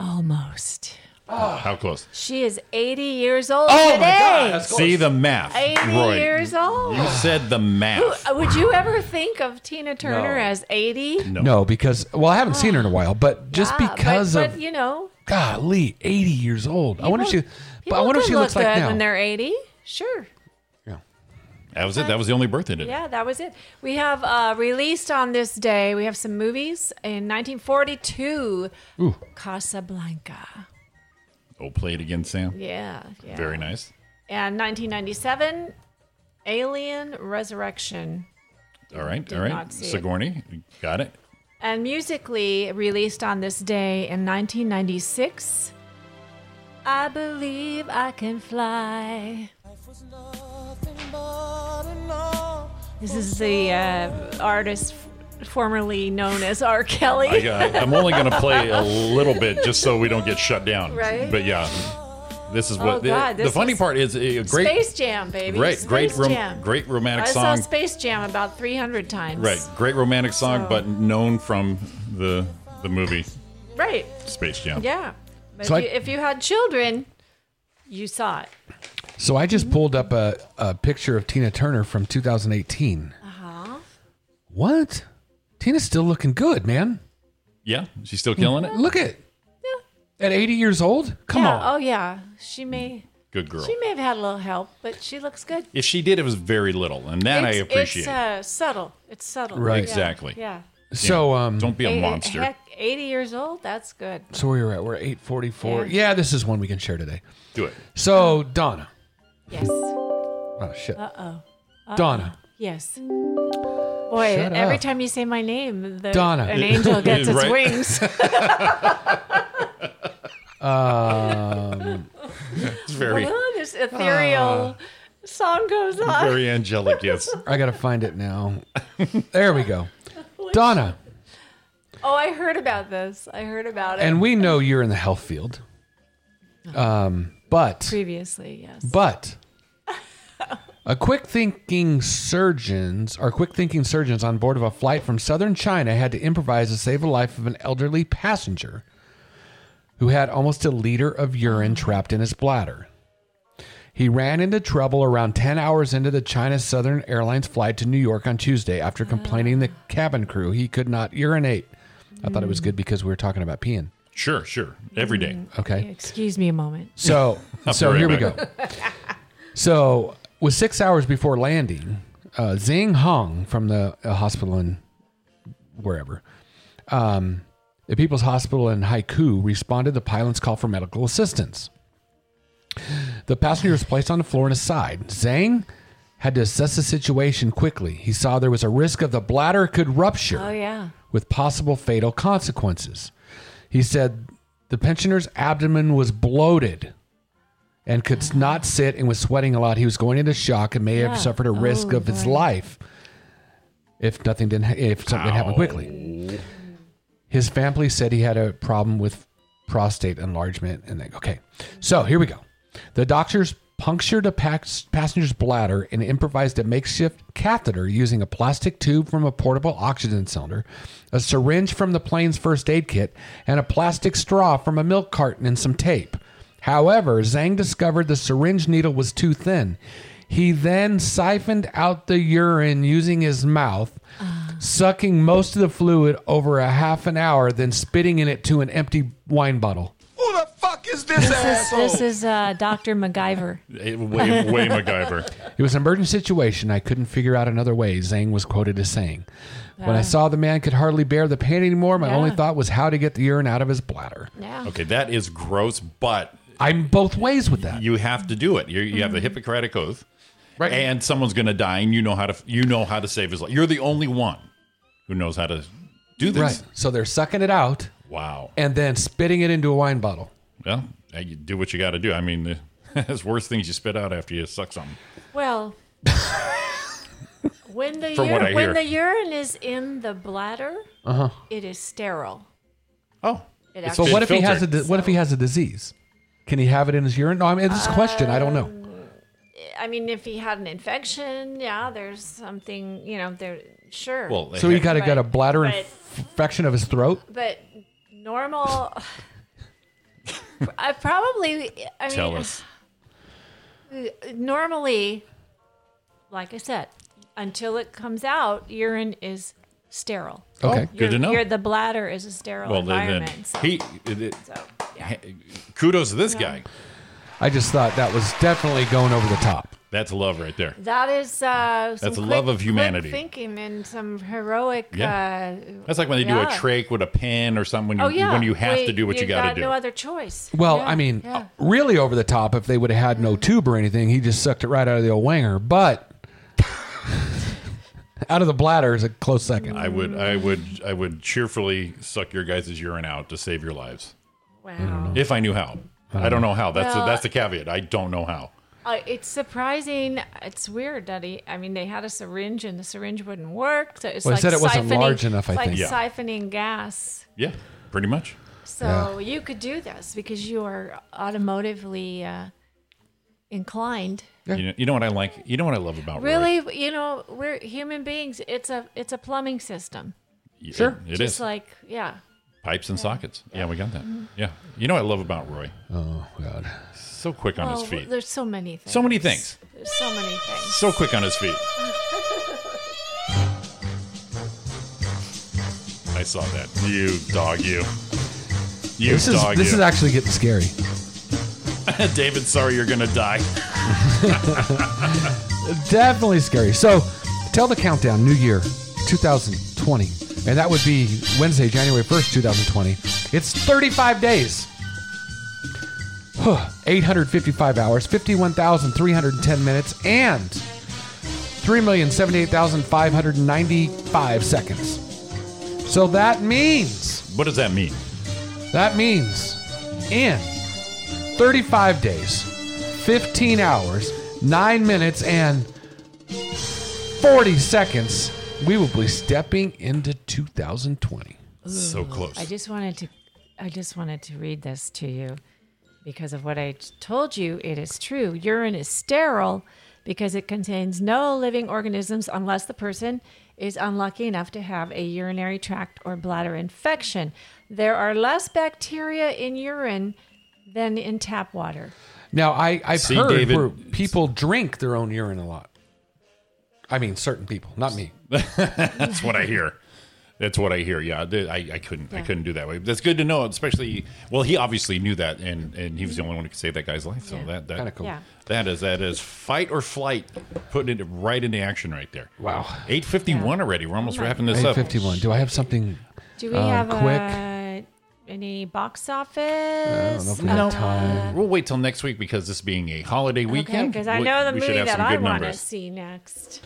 S8: almost.
S7: How close?
S8: She is 80 years old
S6: Oh my
S8: today.
S6: God, that's
S7: See the math.
S8: 80
S7: Roy.
S8: years old.
S7: You said the math.
S8: Who- would you ever think of Tina Turner
S6: No.
S8: as 80?
S6: No. because well, I haven't seen her in a while, but just
S8: Yeah, Ah. but-
S6: because
S8: but,
S6: of
S8: you know,
S6: golly, eighty years old. I wonder if she.
S8: people-
S6: But I wonder if
S8: people
S6: she
S8: could
S6: looks
S8: look
S6: like
S8: good
S6: now.
S8: when they're 80. Sure.
S7: That was it. That was the only birthday today.
S8: Yeah, that was it. We have uh, released on this day. We have some movies in 1942.
S7: Ooh.
S8: Casablanca.
S7: Oh, play it again, Sam.
S8: Yeah, yeah.
S7: Very nice.
S8: And 1997, Alien Resurrection.
S7: All right.
S8: Did
S7: all right.
S8: not see it.
S7: Sigourney. Got it.
S8: And musically released on this day in 1996, I Believe I Can Fly. This is the uh, artist f- formerly known as R. Kelly.
S7: I, uh, I'm only going to play a little bit just so we don't get shut down.
S8: Right.
S7: But yeah, this is
S8: Oh,
S7: what the-
S8: God,
S7: the,
S8: this
S7: funny
S8: is-
S7: part is a great,
S8: Space Jam, baby.
S7: right,
S8: Space
S7: great, rom-
S8: Jam.
S7: great romantic
S8: I
S7: song.
S8: saw Space Jam about 300 times.
S7: right, great romantic song,
S8: So-
S7: but known from the the movie
S8: Right.
S7: Space
S8: Yeah.
S7: Jam.
S8: But
S6: So I-
S8: if, you, if you had children, you saw it.
S6: So I just pulled up a, a picture of Tina Turner from 2018.
S8: Uh
S7: Uh-huh.
S8: huh.
S6: What? Tina's still looking good, man.
S7: Yeah, she's still killing
S8: Mm-hmm.
S7: it.
S6: Look at at 80 years old. Come
S8: yeah.
S6: on,
S8: Oh yeah. She may.
S7: Good girl.
S8: She may have had a little help, but she looks good.
S7: if she did, it was very little, and that I
S8: It's-
S7: appreciate.
S8: It's uh, subtle. It's subtle.
S7: Right.
S8: Yeah.
S7: Exactly.
S8: Yeah.
S6: So um,
S7: don't be
S8: Eh,
S7: a monster.
S8: Heck, 80 years old. That's good.
S6: So where you're at? We're 844.
S8: Yeah.
S6: Yeah. this is one we can share today.
S7: Do it.
S6: So Donna.
S8: Yes.
S6: Oh shit.
S8: Uh oh.
S6: Donna.
S8: Yes. Boy,
S6: Shut
S8: every
S6: up.
S8: time you say my name, the,
S6: Donna.
S8: an angel gets its
S6: Right.
S8: wings.
S6: Um,
S7: it's very, Ah.
S8: Well, this ethereal song goes on.
S7: very angelic. Yes.
S6: I gotta find it now. There we go. Donna,
S8: Oh, I heard about this. I heard about it.
S6: and we know you're in the health field. Um, but
S8: previously, yes.
S6: but a quick thinking surgeons are quick thinking surgeons on board of a flight from southern China had to improvise to save the life of an elderly passenger who had almost a liter of urine trapped in his bladder. He ran into trouble around 10 hours into the China Southern Airlines flight to New York on Tuesday after complaining the cabin crew he could not urinate. I thought it was good because we were talking about peeing.
S7: Sure. Sure. Every day.
S8: Mm.
S6: Okay.
S8: Excuse me a moment.
S6: So,
S7: I'll be
S6: so
S7: right
S6: here we
S7: back.
S6: go. So, with six hours before landing, uh, Zing Hong from the uh, hospital in wherever, um, the People's Hospital in Haiku responded to the pilot's call for medical assistance. The passenger was placed on the floor and aside. Zhang had to assess the situation quickly. He saw there was a risk of the bladder could rupture
S8: Oh yeah.
S6: with possible fatal consequences. He said the pensioner's abdomen was bloated and could not sit and was sweating a lot. He was going into shock and may
S7: Ah. Yeah.
S6: have suffered a risk
S7: Oh,
S6: of his
S7: boy.
S6: life if nothing didn't ha- if something happened quickly. His family said he had a problem with prostate enlargement and they, okay. So, here we go. The doctors punctured a pax- passenger's bladder and improvised a makeshift catheter using a plastic tube from a portable oxygen cylinder, a syringe from the plane's first aid kit, and a plastic straw from a milk carton and some tape. However, Zhang discovered the syringe needle was too thin. He then siphoned out the urine using his mouth, sucking most of the fluid over a half an hour, then spitting in it to an empty wine bottle.
S8: Who the fuck is this? This is this is uh, Doctor MacGyver.
S7: Way, Eh, way MacGyver.
S6: It was an emergent situation. I couldn't figure out another way, Zhang was quoted as saying. When I saw the man could hardly bear the pain anymore, my only
S7: Yeah.
S6: thought was how to get the urine out of his bladder.
S8: Yeah.
S7: Okay, that is gross, but
S6: I'm both ways with that.
S7: You have to do it. You, you have the Hippocratic oath,
S6: right?
S7: And someone's going to die, and you know how to you know how to save his life. You're the only one who knows how to do this.
S6: Right. So they're sucking it out.
S7: Wow.
S6: and then spitting it into a wine bottle.
S7: Well, uh, you do what you got to do. I mean, there's worse things you spit out after you suck something.
S8: Well, when the
S7: From what
S8: ur-
S7: I
S8: when
S7: hear. Uh-huh.
S8: the urine is in the bladder,
S6: Uh huh.
S8: it is sterile.
S7: Oh,
S8: it
S6: So
S8: actually,
S6: what if he has a di- what if he has a disease? Can he have it in his urine? No, I mean it's just a question. I don't know.
S8: I mean, if he had an infection, yeah, there's something. You know, there. Sure.
S6: so he got a,
S8: But-
S6: got a bladder
S8: but-
S6: infection of his throat.
S8: but normal. I probably. I mean,
S6: Tell us.
S8: Normally, like I said, until it comes out, urine is sterile.
S6: Oh.
S7: Okay. Good
S8: Your-
S7: to know.
S8: your- the bladder is a sterile
S7: Well, then,
S8: environment.
S7: then
S8: so-
S7: he. It, it- Kudos to this guy.
S6: I just thought that was definitely going over the top.
S7: That's love right there.
S8: that is uh, some
S7: That's the
S8: quick-
S7: love of
S8: quick
S7: humanity.
S8: thinking and some heroic.
S7: Yeah.
S8: Uh,
S7: That's like when they do
S8: yeah.
S7: a trach with a pen or something. When you,
S8: oh yeah,
S7: when you have
S8: We-
S7: to do what you,
S8: you've
S7: got
S8: got
S7: to do.
S8: No other choice.
S6: Well,
S8: Yeah,
S6: I mean,
S8: yeah. Mm-hmm.
S6: really over the top. If they would have had no tube or anything, he just sucked it right out of the old wanger. But out of the bladder is a close second.
S7: I would, I would, I would cheerfully suck your guys' urine out to save your lives.
S8: Wow.
S7: If I knew how, I don't know how. That's
S8: Well-
S7: the, that's the caveat. I don't know how.
S8: Uh, it's surprising. It's weird that he. I mean, they had a syringe and the syringe wouldn't work. So it's
S7: Well, he
S8: like
S7: said it wasn't
S8: siphoning-
S7: large enough, I
S8: it's
S7: think. Yeah.
S8: Like siphoning gas.
S7: Yeah, pretty much.
S8: So you could do this because you are automotively uh, inclined.
S7: You, know, you know what I like? You know what I love about Rory?
S8: Really, you know, we're human beings. It's a it's a plumbing system.
S7: Y- Sure. it
S8: Just
S7: is.
S8: like Mm-hmm. yeah.
S7: Pipes and sockets. Yeah, we got that. Yeah. You know what I love about Roy? Oh God. So quick on
S8: Oh,
S7: his feet.
S8: There's so many things.
S7: So many things.
S8: There's so many things.
S7: So quick on his feet. I saw that. You dog, you. You
S6: this is
S7: dog,
S6: this
S7: you.
S6: is actually getting scary.
S7: David, sorry you're gonna die.
S6: Definitely scary. So, tell the countdown. New Year, 2020, and that would be Wednesday, January 1st, 2020. It's 35 days. Huh, 855 hours, 51,310 minutes, and 3,078,595 seconds. So that means.
S7: What does that mean?
S6: That means in 35 days, 15 hours, 9 minutes, and 40 seconds, we will be stepping into 2020.
S7: So close.
S8: Mm-hmm. I just wanted to I just wanted to read this to you because of what I t- told you it is true. Urine is sterile because it contains no living organisms unless the person is unlucky enough to have a urinary tract or bladder infection. There are less bacteria in urine than in tap water.
S6: Now, I, I've
S7: See,
S6: heard
S7: David-
S6: where people drink their own urine a lot. I mean, certain people, not me.
S7: That's what I hear. That's what I hear. Yeah, I, I couldn't. I
S6: Yeah.
S7: couldn't do that way. That's good to know, especially. Well, he obviously knew that, and and he was
S8: Mm-hmm.
S7: the only one who could save that guy's life. So that that
S6: Kinda cool. Yeah.
S7: That is that is fight or flight, putting it right into action right there.
S6: Wow.
S7: Eight fifty one already. We're almost
S8: Oh my
S7: wrapping this up.
S6: 851. Do I have something
S8: Do we
S6: uh,
S8: have
S6: quick?
S8: uh, any box office?
S7: Uh,
S6: we have time.
S7: We'll wait till next week because this being a holiday weekend.
S8: because I
S7: we-
S8: know the
S7: we should
S8: movie
S7: have
S8: that
S7: some
S8: I
S7: good
S8: want to
S7: numbers.
S8: see next.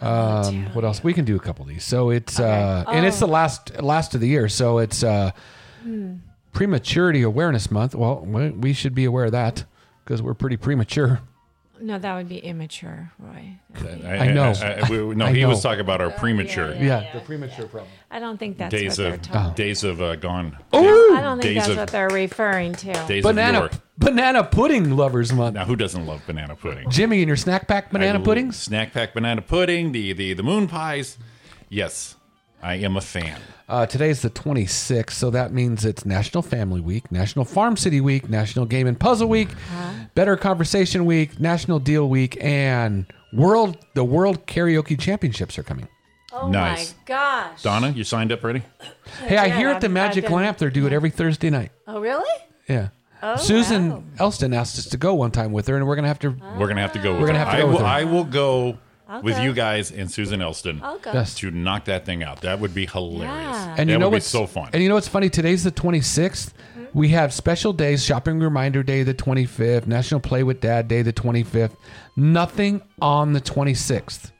S6: Um, what else? We can do a couple of these. So it's uh, and it's
S8: Oh.
S6: the last last of the year. So it's uh,
S8: Hmm.
S6: prematurity awareness month. Well, we we should be aware of that because we're pretty premature.
S8: No, that would be immature, Roy.
S6: I know.
S7: I, I- we- no,
S6: I
S7: he was
S6: know.
S7: talking about our premature.
S6: Yeah, the premature problem.
S8: I don't think Oh, that's
S7: days
S8: what they're
S7: of
S8: talking.
S7: days of uh, gone.
S8: I don't
S7: days
S8: think that's
S7: of-
S8: what they're referring to.
S7: Days
S6: Banana-
S7: of yore.
S6: Banana pudding lovers month.
S7: Now, who doesn't love banana pudding?
S6: Jimmy and your snack pack banana
S7: I lo-
S6: puddings.
S7: snack pack banana pudding, the the the moon pies. Yes, I am a fan.
S6: Uh, today's the 26th, so that means it's National Family Week, National Farm City Week, National Game and Puzzle Week, Better Conversation Week, National Deal Week, and World the World Karaoke Championships are coming.
S8: Oh
S7: Nice.
S8: my gosh!
S7: Donna, you signed up already?
S6: Hey, I
S8: Yeah,
S6: hear at the
S8: I've-
S6: Magic
S8: I've been-
S6: Lamp they do it every Thursday night.
S8: Oh really?
S6: Yeah.
S8: Oh,
S6: Susan
S8: wow. Ah.
S6: Elston asked us to go one time with her, and we're gonna have to.
S7: We're gonna have to go. With
S6: We're gonna
S7: her.
S6: have to
S7: I
S6: go with
S7: will,
S6: her.
S7: I will go
S8: I'll
S7: with
S8: go.
S7: you guys and Susan Elston
S8: I'll go. Yes.
S7: to knock that thing out. That would be hilarious.
S8: Yeah.
S7: that
S6: And you know
S7: would be
S6: what's
S7: so fun.
S6: And you know what's funny? Today's the 26th.
S8: Hmm?
S6: We have special days: Shopping Reminder Day, the 25th; National Play with Dad Day, the 25th. Nothing on the 26th.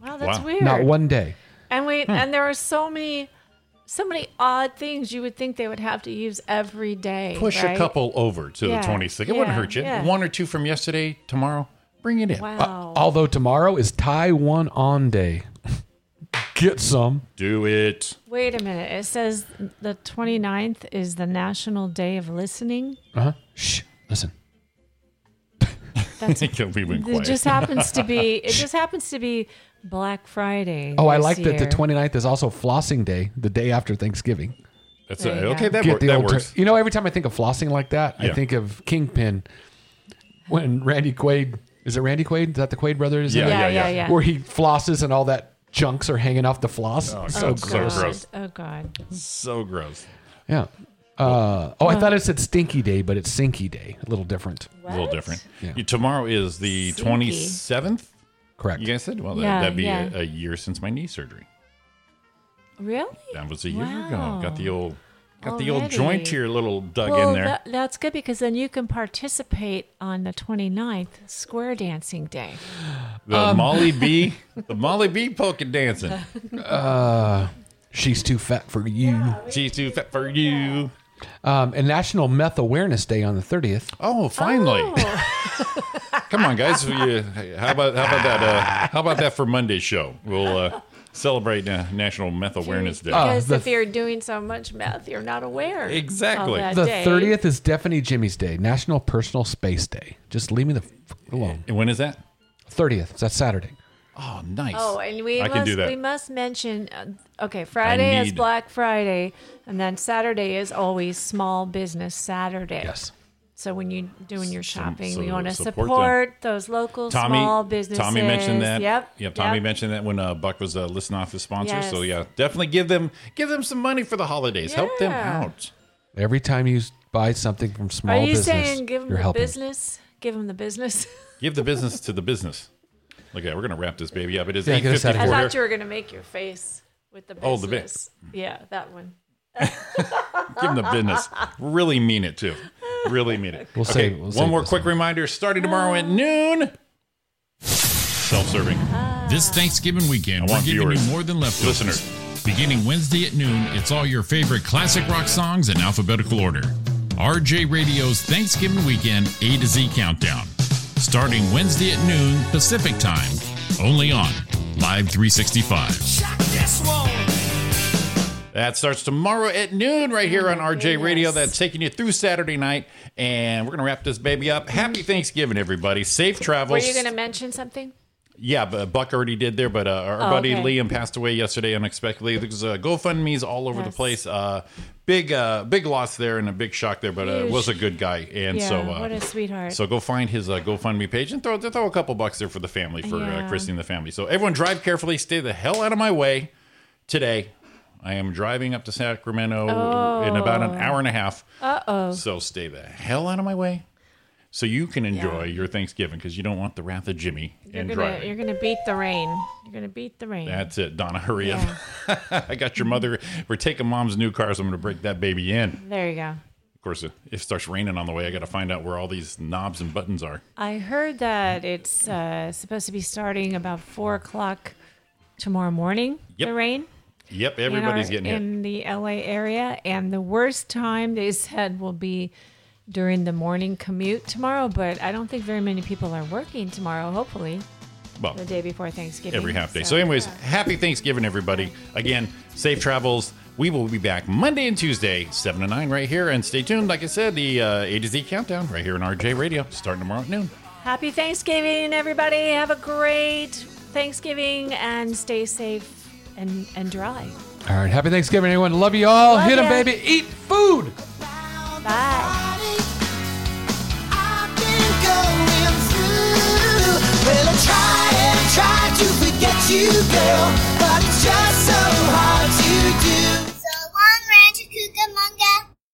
S8: Wow, that's
S7: Wow.
S8: weird.
S6: Not one Hmm. day.
S8: And we and there are so many so many odd things you would think they would have to use every day.
S7: Push
S8: right?
S7: a couple over to
S8: Yeah,
S7: the 26th. It wouldn't
S8: yeah,
S7: hurt you.
S8: yeah.
S7: One or two from yesterday, tomorrow, bring it in.
S8: Wow.
S6: Uh, Although tomorrow is Taiwan on day. Get some.
S7: Do it.
S8: Wait a minute. It says the 29th is the National Day of Listening.
S6: Uh huh. Shh. Listen.
S8: That's
S7: we went
S8: It just happens to be. It just happens to be Black Friday.
S6: Oh, I
S8: this
S6: like that the
S8: year.
S6: 29th is also flossing day, the day after Thanksgiving.
S7: That's
S8: There
S7: it.
S8: you
S7: okay.
S8: go.
S7: That,
S6: Get
S7: wor-
S6: the
S7: that
S6: old ter-
S7: works.
S6: you know, every time I think of flossing like that,
S7: Yeah.
S6: I think of Kingpin when Randy Quaid is it Randy Quaid? Is that the Quaid brothers?
S7: Yeah, Yeah, yeah, yeah, yeah.
S6: Where he flosses and all that junks are hanging off the floss.
S7: Oh,
S6: so
S7: God, so
S6: gross.
S7: gross.
S8: Oh God.
S7: So gross.
S6: Yeah. Uh, oh, I
S8: Oh.
S6: thought it said stinky day, but it's sinky day. A little different.
S7: A little different. You- Tomorrow is the
S6: Sneaky.
S7: 27th.
S6: Correct.
S7: You guys said, well,
S8: Yeah,
S7: that, would be
S8: yeah.
S7: a, a year since my knee surgery.
S8: Really?
S7: That was a year
S8: Wow.
S7: ago. Got the old, got the old joint
S8: Already.
S7: here, little dug
S8: well,
S7: in there.
S8: that- that's good because then you can participate on the 29th square dancing day.
S7: the
S8: Um,
S7: Molly B, the Molly B polka dancing.
S6: Uh, she's too fat for you.
S7: She's too fat for you.
S6: Um, and National Meth Awareness Day on the 30th.
S7: Oh, finally.
S8: Oh.
S7: Come on, guys. We, uh, how about how about that? Uh, how about that for Monday's show? We'll uh, celebrate uh, National Meth Awareness Day.
S8: Because
S6: Uh, the
S8: if you're doing so much meth, you're not aware. of
S7: Exactly.
S8: that
S6: The
S8: day.
S6: 30th is Stephanie Jimmy's Day, National Personal Space Day. Just leave me the fuck alone.
S7: And when is that?
S6: 30th. That's Saturday.
S7: Oh, nice.
S8: Oh, and we
S7: I
S8: must
S7: can do that.
S8: we must mention. Uh, okay, Friday is
S7: need-
S8: Black Friday, and then Saturday is always Small Business Saturday. Yes. So when you're doing your shopping, we
S7: so
S8: want to
S7: support
S8: support, those local
S7: Tommy,
S8: small businesses.
S7: Tommy mentioned that.
S8: Yep.
S7: Yeah, Tommy
S8: yep.
S7: mentioned that when uh, Buck was uh, listing off his sponsors. So
S8: Yes.
S7: yeah, definitely give them give them some money for the holidays. Help them
S8: Yeah.
S7: out.
S6: Every time you s- buy something from small
S8: Are you
S6: business,
S8: saying give them
S6: you're
S8: the
S6: helping.
S8: business? Give them the business.
S7: Give the business to the business. Look, yeah, we're gonna wrap this baby up. It is
S6: Yeah,
S7: eight
S6: get us out
S7: fifty
S6: of
S8: I
S7: four.
S8: thought you were going to make your face with the
S7: Oh, the bit.
S8: business. Yeah, that one.
S7: Give them the business. Really mean it too. Really mean it.
S6: We'll
S7: okay,
S6: save- we'll
S7: one
S6: save
S7: more
S6: this
S7: quick reminder. Starting tomorrow at noon. Self-serving.
S1: This Thanksgiving weekend, we're
S7: want
S1: giving
S7: viewers.
S1: you more than leftovers.
S7: Listeners.
S1: Beginning Wednesday at noon, it's all your favorite classic rock songs in alphabetical order. RJ Radio's Thanksgiving Weekend A to Z Countdown. Starting Wednesday at noon Pacific Time. Only on Live 365.
S7: That starts tomorrow at noon right here on RJ Radio. That's taking you through Saturday night. And we're going to wrap this baby up. Happy Thanksgiving, everybody. Safe
S8: Were
S7: travels.
S8: you going to mention something?
S7: yeah, but Buck already did there, but uh, our
S8: Oh,
S7: buddy
S8: okay.
S7: Liam passed away yesterday unexpectedly. There's uh, GoFundMe's all over the
S8: Yes.
S7: place. Uh, big, uh, big loss there and a big shock there, but uh, it
S8: Huge.
S7: was a good guy. And
S8: yeah,
S7: so, uh,
S8: what a sweetheart.
S7: so go find his uh, GoFundMe page and throw throw a couple bucks there for the family for uh,
S8: Yeah.
S7: Christy and the family. So everyone drive carefully. Stay the hell out of my way today. I am driving up to Sacramento in about an
S8: Oh.
S7: hour and a half.
S8: Uh-oh.
S7: So stay the hell out of my way, so you can enjoy your Thanksgiving because you don't want the wrath of Jimmy
S8: you're
S7: and
S8: gonna
S7: driving.
S8: you're gonna beat the rain. You're gonna beat the rain.
S7: That's it, Donna. Hurry up! I got your mother. We're taking mom's new car, so I'm going to break that baby in.
S8: there you go.
S7: Of course, if it starts raining on the way, I got to find out where all these knobs and buttons are.
S8: I heard that it's uh, supposed to be starting about four o'clock tomorrow morning.
S7: Yep.
S8: The rain.
S7: Yep,
S8: in
S7: everybody's
S8: our-
S7: getting hit.
S8: in the LA area, and the worst time they said will be during the morning commute tomorrow. But I don't think very many people are working tomorrow. Hopefully,
S7: Well,
S8: the day before Thanksgiving.
S7: every half day. So, anyways, happy Thanksgiving, everybody. Again, safe travels. We will be back Monday and Tuesday, 7 to 9 right here. And stay tuned, like I said, the uh, A to Z countdown right here on RJ Radio starting tomorrow at noon.
S8: Happy Thanksgiving, everybody. Have a great Thanksgiving and stay safe and, and dry.
S6: All right. Happy Thanksgiving, everyone. Love you all.
S8: Love
S6: Hit 'em,
S8: ya.
S6: baby. Eat food.
S8: Bye.
S5: going through. Well, I try and try to forget you, girl, but it's just so